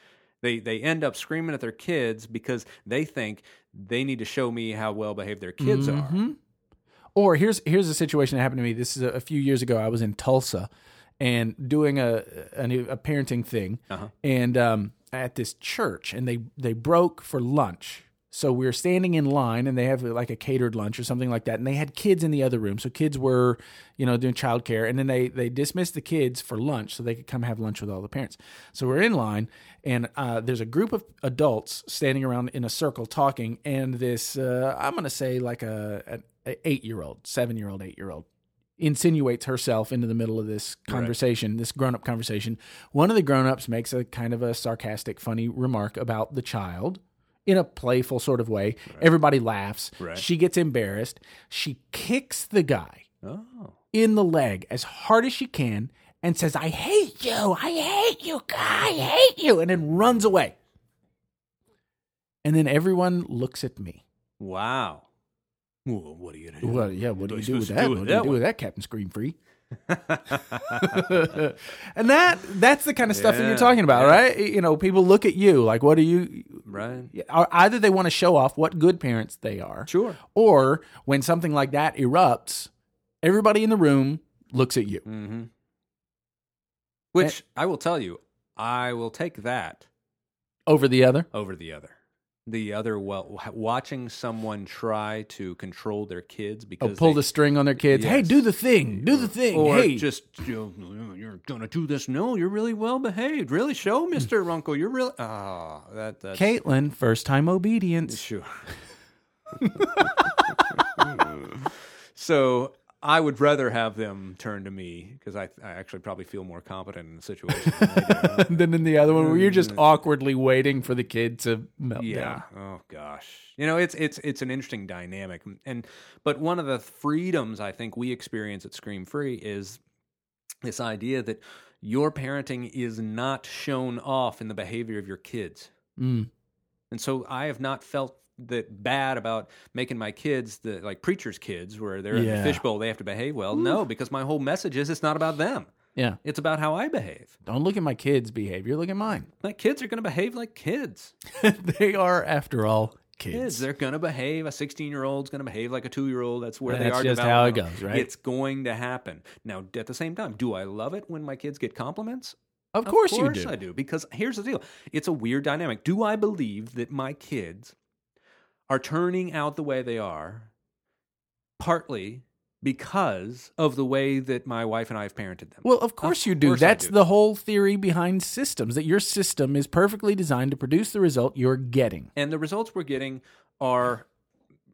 Speaker 2: They they end up screaming at their kids because they think they need to show me how well behaved their kids are.
Speaker 1: Mhm. or here's here's a situation that happened to me this is a, a few years ago i was in tulsa and doing a a, new- a parenting thing
Speaker 2: Uh-huh.
Speaker 1: and um at this church and they they broke for lunch so we were standing in line and they have like a catered lunch or something like that and they had kids in the other room so kids were you know doing childcare and then they they dismissed the kids for lunch so they could come have lunch with all the parents so we're in line and uh, there's a group of adults standing around in a circle talking and this uh, i'm gonna say like a an eight year old seven year old eight year old insinuates herself into the middle of this conversation, this grown up conversation. One of the grown ups makes a kind of a sarcastic, funny remark about the child in a playful sort of way. Everybody laughs.
Speaker 2: Right.
Speaker 1: She gets embarrassed. She kicks the guy
Speaker 2: Oh,
Speaker 1: in the leg as hard as she can and says, I hate you. I hate you. I hate you. And then runs away. And then everyone looks at me.
Speaker 2: wow. Well, what are you gonna do?
Speaker 1: Well, yeah. What do you
Speaker 2: What
Speaker 1: do
Speaker 2: are you
Speaker 1: with
Speaker 2: supposed to
Speaker 1: that?
Speaker 2: do with
Speaker 1: What do you
Speaker 2: that
Speaker 1: do
Speaker 2: one?
Speaker 1: with that, Captain Scream Free? and that that's the kind of stuff that you're
Speaker 2: Yeah,
Speaker 1: talking about,
Speaker 2: yeah.
Speaker 1: right? You know, people look at you like, what are you?
Speaker 2: right?
Speaker 1: Or Either they want to show off what good parents they are,
Speaker 2: Sure.
Speaker 1: or when something like that erupts, everybody in the room looks at you.
Speaker 2: Mm-hmm. Which I will tell you, I will take that
Speaker 1: Over the other,
Speaker 2: over the other. The other, well, watching someone try to control their kids
Speaker 1: oh,
Speaker 2: because
Speaker 1: pull
Speaker 2: they
Speaker 1: the string on their kids. Hey,
Speaker 2: Yes.
Speaker 1: do the thing, do the thing.
Speaker 2: Or
Speaker 1: hey,
Speaker 2: just you know, you're gonna do this. No, you're really well behaved. Really show, Mister Runkle. You're really ah that that's
Speaker 1: Caitlin, first time obedience.
Speaker 2: sure. so I would rather have them turn to me because I, I actually probably feel more competent in the situation. than they do.
Speaker 1: Then in the other one, where you're just awkwardly waiting for the kid to melt down.
Speaker 2: Mm. yeah. Oh gosh. You know, it's it's it's an interesting dynamic, and but one of the freedoms I think we experience at Scream Free is this idea that your parenting is not shown off in the behavior of your kids.
Speaker 1: Mm.
Speaker 2: And so I have not felt that bad about making my kids the like preacher's kids where they're in
Speaker 1: Yeah.
Speaker 2: the fishbowl they have to behave well. No, because my whole message is it's not about them.
Speaker 1: Yeah.
Speaker 2: It's about how I behave.
Speaker 1: Don't look at my kids' behavior. Look at mine.
Speaker 2: My kids are going to behave like kids.
Speaker 1: they are, after all,
Speaker 2: Kids, they're going to behave. A 16 year old's going to behave like a two year old. That's where they
Speaker 1: That's
Speaker 2: are.
Speaker 1: just how it
Speaker 2: developmental.
Speaker 1: goes, right?
Speaker 2: It's going to happen. Now, at the same time, do I love it when my kids get compliments?
Speaker 1: Of course,
Speaker 2: of course
Speaker 1: you do.
Speaker 2: I do. Because here's the deal: it's a weird dynamic. Do I believe that my kids are turning out the way they are, partly because of the way that my wife and I have parented them?
Speaker 1: Well, of course you do.
Speaker 2: course I
Speaker 1: That's
Speaker 2: do.
Speaker 1: the whole theory behind systems that your system is perfectly designed to produce the result you're getting.
Speaker 2: and the results we're getting are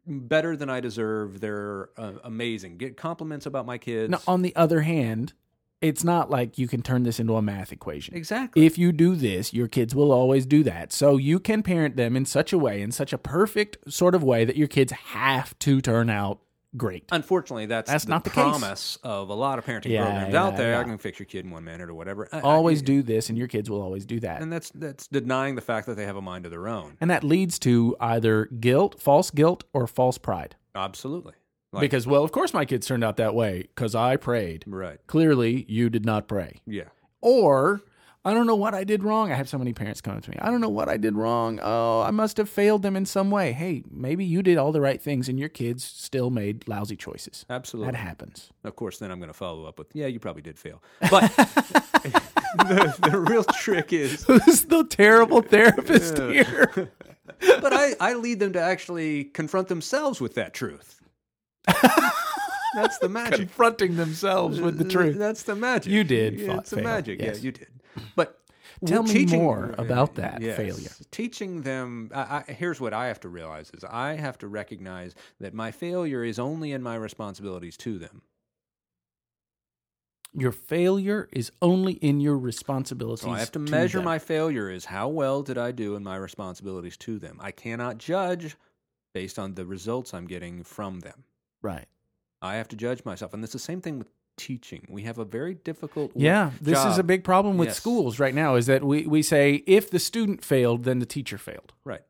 Speaker 2: better than I deserve. They're uh, amazing. Get compliments about my kids.
Speaker 1: Now, on the other hand, it's not like you can turn this into a math equation.
Speaker 2: exactly.
Speaker 1: If you do this, your kids will always do that. So you can parent them in such a way, in such a perfect sort of way that your kids have to turn out great.
Speaker 2: Unfortunately, that's,
Speaker 1: That's
Speaker 2: the
Speaker 1: not the case.
Speaker 2: promise of a lot of parenting
Speaker 1: Yeah,
Speaker 2: programs
Speaker 1: yeah,
Speaker 2: out there.
Speaker 1: yeah.
Speaker 2: I can fix your kid in one minute or whatever. I- I-
Speaker 1: Always do this, and your kids will always do that.
Speaker 2: and that's that's denying the fact that they have a mind of their own.
Speaker 1: And that leads to either guilt, false guilt, or false pride.
Speaker 2: Absolutely. Like-
Speaker 1: because, well, of course my kids turned out that way because I prayed.
Speaker 2: Right.
Speaker 1: Clearly, you did not pray.
Speaker 2: Yeah.
Speaker 1: Or I don't know what I did wrong. I have so many parents come up to me. I don't know what I did wrong. Oh, I must have failed them in some way. Hey, maybe you did all the right things and your kids still made lousy choices.
Speaker 2: Absolutely.
Speaker 1: That happens.
Speaker 2: Of course, then I'm going to follow up with, yeah, you probably did fail. But the, the real trick is,
Speaker 1: Who's the terrible therapist here?
Speaker 2: but I, I lead them to actually confront themselves with that truth. That's the magic.
Speaker 1: Confronting themselves with the truth.
Speaker 2: That's the magic.
Speaker 1: You did fa-
Speaker 2: It's the
Speaker 1: fail,
Speaker 2: magic.
Speaker 1: yes.
Speaker 2: Yeah, you did. But
Speaker 1: Tell me
Speaker 2: teaching-
Speaker 1: more about that
Speaker 2: Yes.
Speaker 1: failure.
Speaker 2: Teaching them. I, I, here's what I have to realize: is I have to recognize that my failure is only in my responsibilities to them.
Speaker 1: Your failure is only in your responsibilities.
Speaker 2: So I have to measure
Speaker 1: them.
Speaker 2: my failure is how well did I do in my responsibilities to them. I cannot judge based on the results I'm getting from them.
Speaker 1: right.
Speaker 2: I have to judge myself, and it's the same thing with teaching. We have a very difficult. w-
Speaker 1: Yeah, this is a
Speaker 2: job.
Speaker 1: big problem with
Speaker 2: Yes.
Speaker 1: schools right now. Is that we we say if the student failed, then the teacher failed,
Speaker 2: right.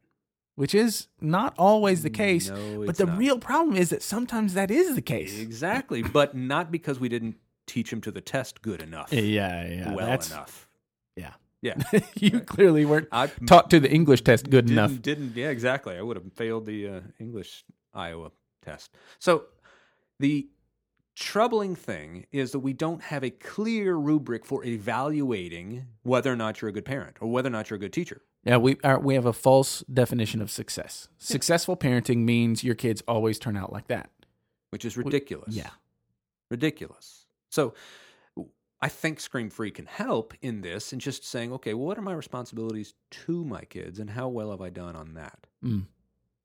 Speaker 1: which is not always the case.
Speaker 2: Mm, No,
Speaker 1: but
Speaker 2: it's
Speaker 1: the
Speaker 2: not.
Speaker 1: real problem is that sometimes that is the case.
Speaker 2: Exactly, but not because we didn't teach him to the test good enough.
Speaker 1: Yeah, yeah,
Speaker 2: well
Speaker 1: that's
Speaker 2: enough.
Speaker 1: yeah.
Speaker 2: Yeah,
Speaker 1: you clearly weren't
Speaker 2: I
Speaker 1: taught to the English test good
Speaker 2: Mm. didn't,
Speaker 1: enough.
Speaker 2: Didn't yeah, exactly. I would have failed the uh, English Iowa test. So the troubling thing is that we don't have a clear rubric for evaluating whether or not you're a good parent or whether or not you're a good teacher.
Speaker 1: Yeah, we are, we have a false definition of success. Successful parenting means your kids always turn out like that.
Speaker 2: which is ridiculous.
Speaker 1: yeah.
Speaker 2: Ridiculous. So w- I think Scream Free can help in this and just saying, okay, well, what are my responsibilities to my kids and how well have I done on that?
Speaker 1: Mm.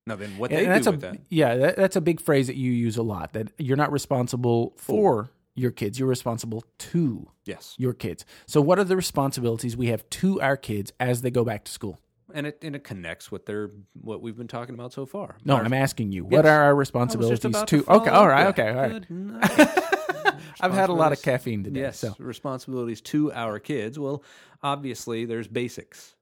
Speaker 2: Now, then what
Speaker 1: And
Speaker 2: they do
Speaker 1: that's a
Speaker 2: with that.
Speaker 1: yeah, that, that's a big phrase that you use a lot. That you're not responsible for your kids. You're responsible to
Speaker 2: Yes.
Speaker 1: your kids. So what are the responsibilities we have to our kids as they go back to school?
Speaker 2: And it, and it connects what they're, what we've been talking about so far.
Speaker 1: No,
Speaker 2: Our-
Speaker 1: I'm asking you.
Speaker 2: Yes.
Speaker 1: What are our
Speaker 2: I was just
Speaker 1: responsibilities
Speaker 2: about
Speaker 1: to?
Speaker 2: follow
Speaker 1: Okay, all
Speaker 2: up
Speaker 1: right,
Speaker 2: with
Speaker 1: okay,
Speaker 2: that.
Speaker 1: all right.
Speaker 2: Good night.
Speaker 1: I've had a lot of
Speaker 2: Responsibilities.
Speaker 1: caffeine today,
Speaker 2: Yes,
Speaker 1: so
Speaker 2: responsibilities to our kids. Well, obviously, there's basics.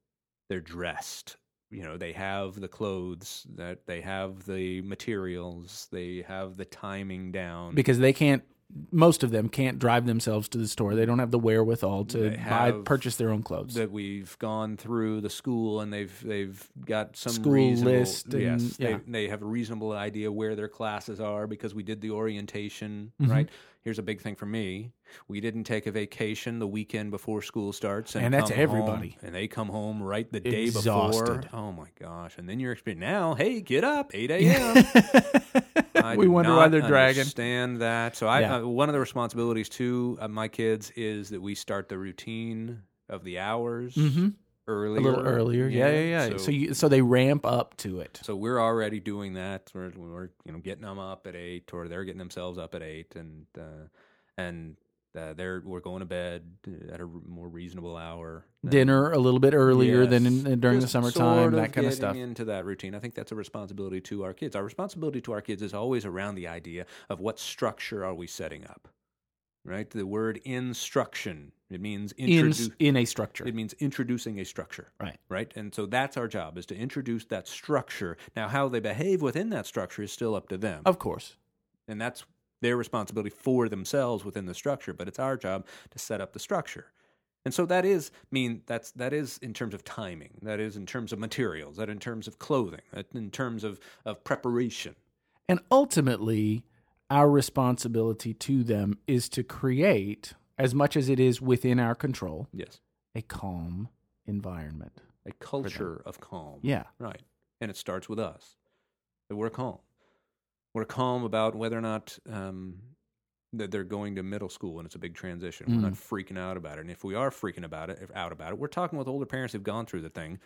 Speaker 2: They're dressed. You know, they have the clothes that they have the materials. They have the timing down.
Speaker 1: because they can't. Most of them can't drive themselves to the store. They don't have the wherewithal to
Speaker 2: They
Speaker 1: buy
Speaker 2: have
Speaker 1: purchase their own clothes.
Speaker 2: that we've gone through the school and they've they've got some
Speaker 1: School
Speaker 2: reasonable
Speaker 1: list and-
Speaker 2: yes
Speaker 1: yeah.
Speaker 2: they, they have a reasonable idea where their classes are because we did the orientation
Speaker 1: Mm-hmm.
Speaker 2: right here's a big thing for me we didn't take a vacation the weekend before school starts and,
Speaker 1: And that's
Speaker 2: come home,
Speaker 1: everybody.
Speaker 2: and they come home right the day
Speaker 1: Exhausted.
Speaker 2: before oh my gosh and then you're experiencing now hey get up 8 a.m I
Speaker 1: We
Speaker 2: do
Speaker 1: wonder why
Speaker 2: not
Speaker 1: they're dragging.
Speaker 2: Understand that. So I
Speaker 1: Yeah.
Speaker 2: uh, one of the responsibilities to uh, my kids is that we start the routine of the hours
Speaker 1: Mhm.
Speaker 2: earlier.
Speaker 1: a little earlier. Yeah, yeah, yeah. So,
Speaker 2: So,
Speaker 1: you, so they ramp up to it.
Speaker 2: so we're already doing that. We're, we're you know getting them up at eight, or they're getting themselves up at eight, and uh, and uh, they're we're going to bed uh, at a more reasonable hour. than-
Speaker 1: Dinner a little bit earlier than
Speaker 2: Yes.
Speaker 1: in, uh, during the
Speaker 2: Just
Speaker 1: summertime,
Speaker 2: sort
Speaker 1: that kind of
Speaker 2: getting
Speaker 1: stuff.
Speaker 2: Into that routine, I think that's a responsibility to our kids. Our responsibility to our kids is always around the idea of what structure are we setting up, right? The word instruction it means
Speaker 1: in
Speaker 2: introduce.
Speaker 1: in a structure,
Speaker 2: It means introducing a structure,
Speaker 1: right?
Speaker 2: right? And so that's our job is to introduce that structure. Now, how they behave within that structure is still up to them,
Speaker 1: Of course.
Speaker 2: and that's their responsibility for themselves within the structure. But it's our job to set up the structure. And so that is mean that's that is in terms of timing, that is in terms of materials, that in terms of clothing, that in terms of of preparation.
Speaker 1: And ultimately, our responsibility to them is to create, as much as it is within our control,
Speaker 2: Yes.
Speaker 1: a calm environment.
Speaker 2: A culture of calm.
Speaker 1: Yeah.
Speaker 2: Right. And it starts with us. That we're calm. We're calm about whether or not um, that they're going to middle school and it's a big transition. We're
Speaker 1: Mm.
Speaker 2: not freaking out about it. And if we are freaking about it, if out about it, we're talking with older parents who've gone through the thing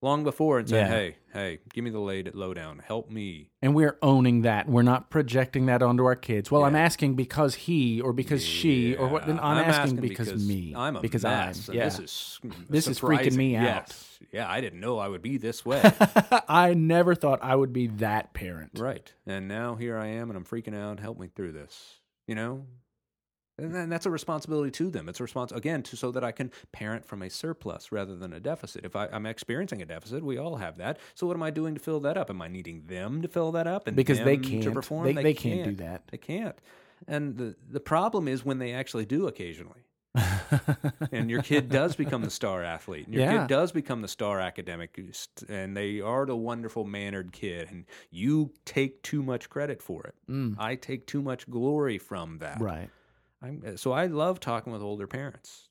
Speaker 2: long before and saying,
Speaker 1: Yeah.
Speaker 2: "Hey, hey, give me the laid lowdown. Help me."
Speaker 1: And we're owning that. We're not projecting that onto our kids. Well, I'm
Speaker 2: Yeah.
Speaker 1: asking because he or because she or what.
Speaker 2: Yeah,
Speaker 1: I'm, asking, because, me.
Speaker 2: I'm a
Speaker 1: because
Speaker 2: mess.
Speaker 1: I'm.
Speaker 2: and
Speaker 1: Yeah.
Speaker 2: This is
Speaker 1: This is freaking me
Speaker 2: surprising.
Speaker 1: out.
Speaker 2: Yes. Yeah, I didn't know I would be this way.
Speaker 1: I never thought I would be that parent.
Speaker 2: Right. And now here I am and I'm freaking out. Help me through this. You know? And then that's a responsibility to them. It's a response again to so that I can parent from a surplus rather than a deficit. If I, I'm experiencing a deficit, we all have that. So what am I doing to fill that up? Am I needing them to fill that up and
Speaker 1: Because they
Speaker 2: them to
Speaker 1: can't.
Speaker 2: perform?
Speaker 1: They- they can't do that.
Speaker 2: They can't. And the the problem is when they actually do occasionally. and your kid does become the star athlete. And your
Speaker 1: Yeah.
Speaker 2: kid does become the star academic, and they are the wonderful mannered kid. And you take too much credit for it. I take too much glory from that.
Speaker 1: Mm, Right.
Speaker 2: I'm, uh, so I love talking with older parents.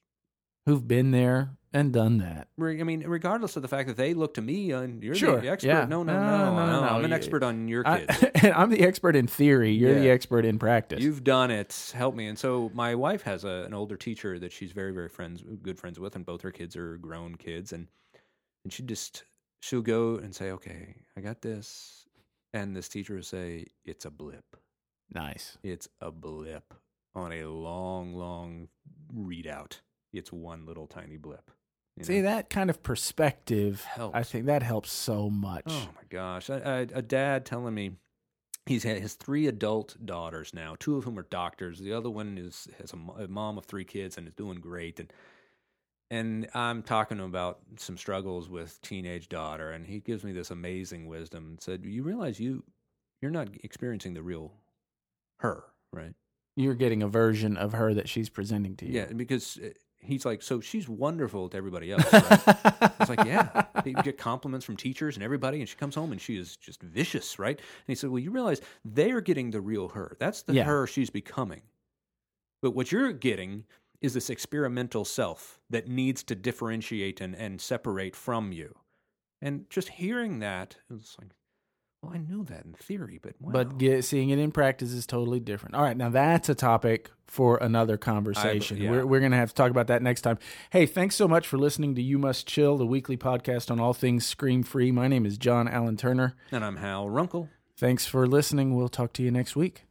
Speaker 1: Who've been there and done that.
Speaker 2: Re- I mean, regardless of the fact that they look to me and you're
Speaker 1: Sure,
Speaker 2: the expert.
Speaker 1: yeah.
Speaker 2: No, no,
Speaker 1: No,
Speaker 2: no,
Speaker 1: no, no, no.
Speaker 2: I'm an
Speaker 1: You-
Speaker 2: expert on your
Speaker 1: I,
Speaker 2: kid.
Speaker 1: and I'm the expert in theory. You're the
Speaker 2: Yeah.
Speaker 1: expert in practice.
Speaker 2: You've done it. Help me. And so my wife has a, an older teacher that she's very, very friends, good friends with, and both her kids are grown kids. And and she just she'll go and say, "Okay, I got this," and this teacher will say, "It's a blip.
Speaker 1: nice.
Speaker 2: It's a blip on a long, long readout. It's one little tiny blip." You
Speaker 1: See
Speaker 2: know?
Speaker 1: that kind of perspective.
Speaker 2: Helps.
Speaker 1: I think that helps so much.
Speaker 2: Oh my gosh! I, I, a dad telling me he's had his three adult daughters now. Two of whom are doctors. The other one is has a, mo- a mom of three kids and is doing great. And and I'm talking to him about some struggles with teenage daughter, and he gives me this amazing wisdom and said, "You realize you you're not experiencing the real her, right?
Speaker 1: You're getting a version of her that she's presenting to you.
Speaker 2: Yeah, because." uh, He's like, so she's wonderful to everybody else. Right? It's like, yeah, you get compliments from teachers and everybody, and she comes home and she is just vicious, right? And he said, well, you realize they are getting the real her. That's the
Speaker 1: Yeah.
Speaker 2: her she's becoming. But what you're getting is this experimental self that needs to differentiate and, and separate from you. And just hearing that, it's like, well, I knew that in theory, but wow.
Speaker 1: But get, seeing it in practice is totally different. All right, now that's a topic for another conversation.
Speaker 2: yeah.
Speaker 1: We're, we're going to have to talk about that next time. Hey, thanks so much for listening to You Must Chill, the weekly podcast on all things scream free. My name is John Allen Turner.
Speaker 2: and I'm Hal Runkle.
Speaker 1: Thanks for listening. We'll talk to you next week.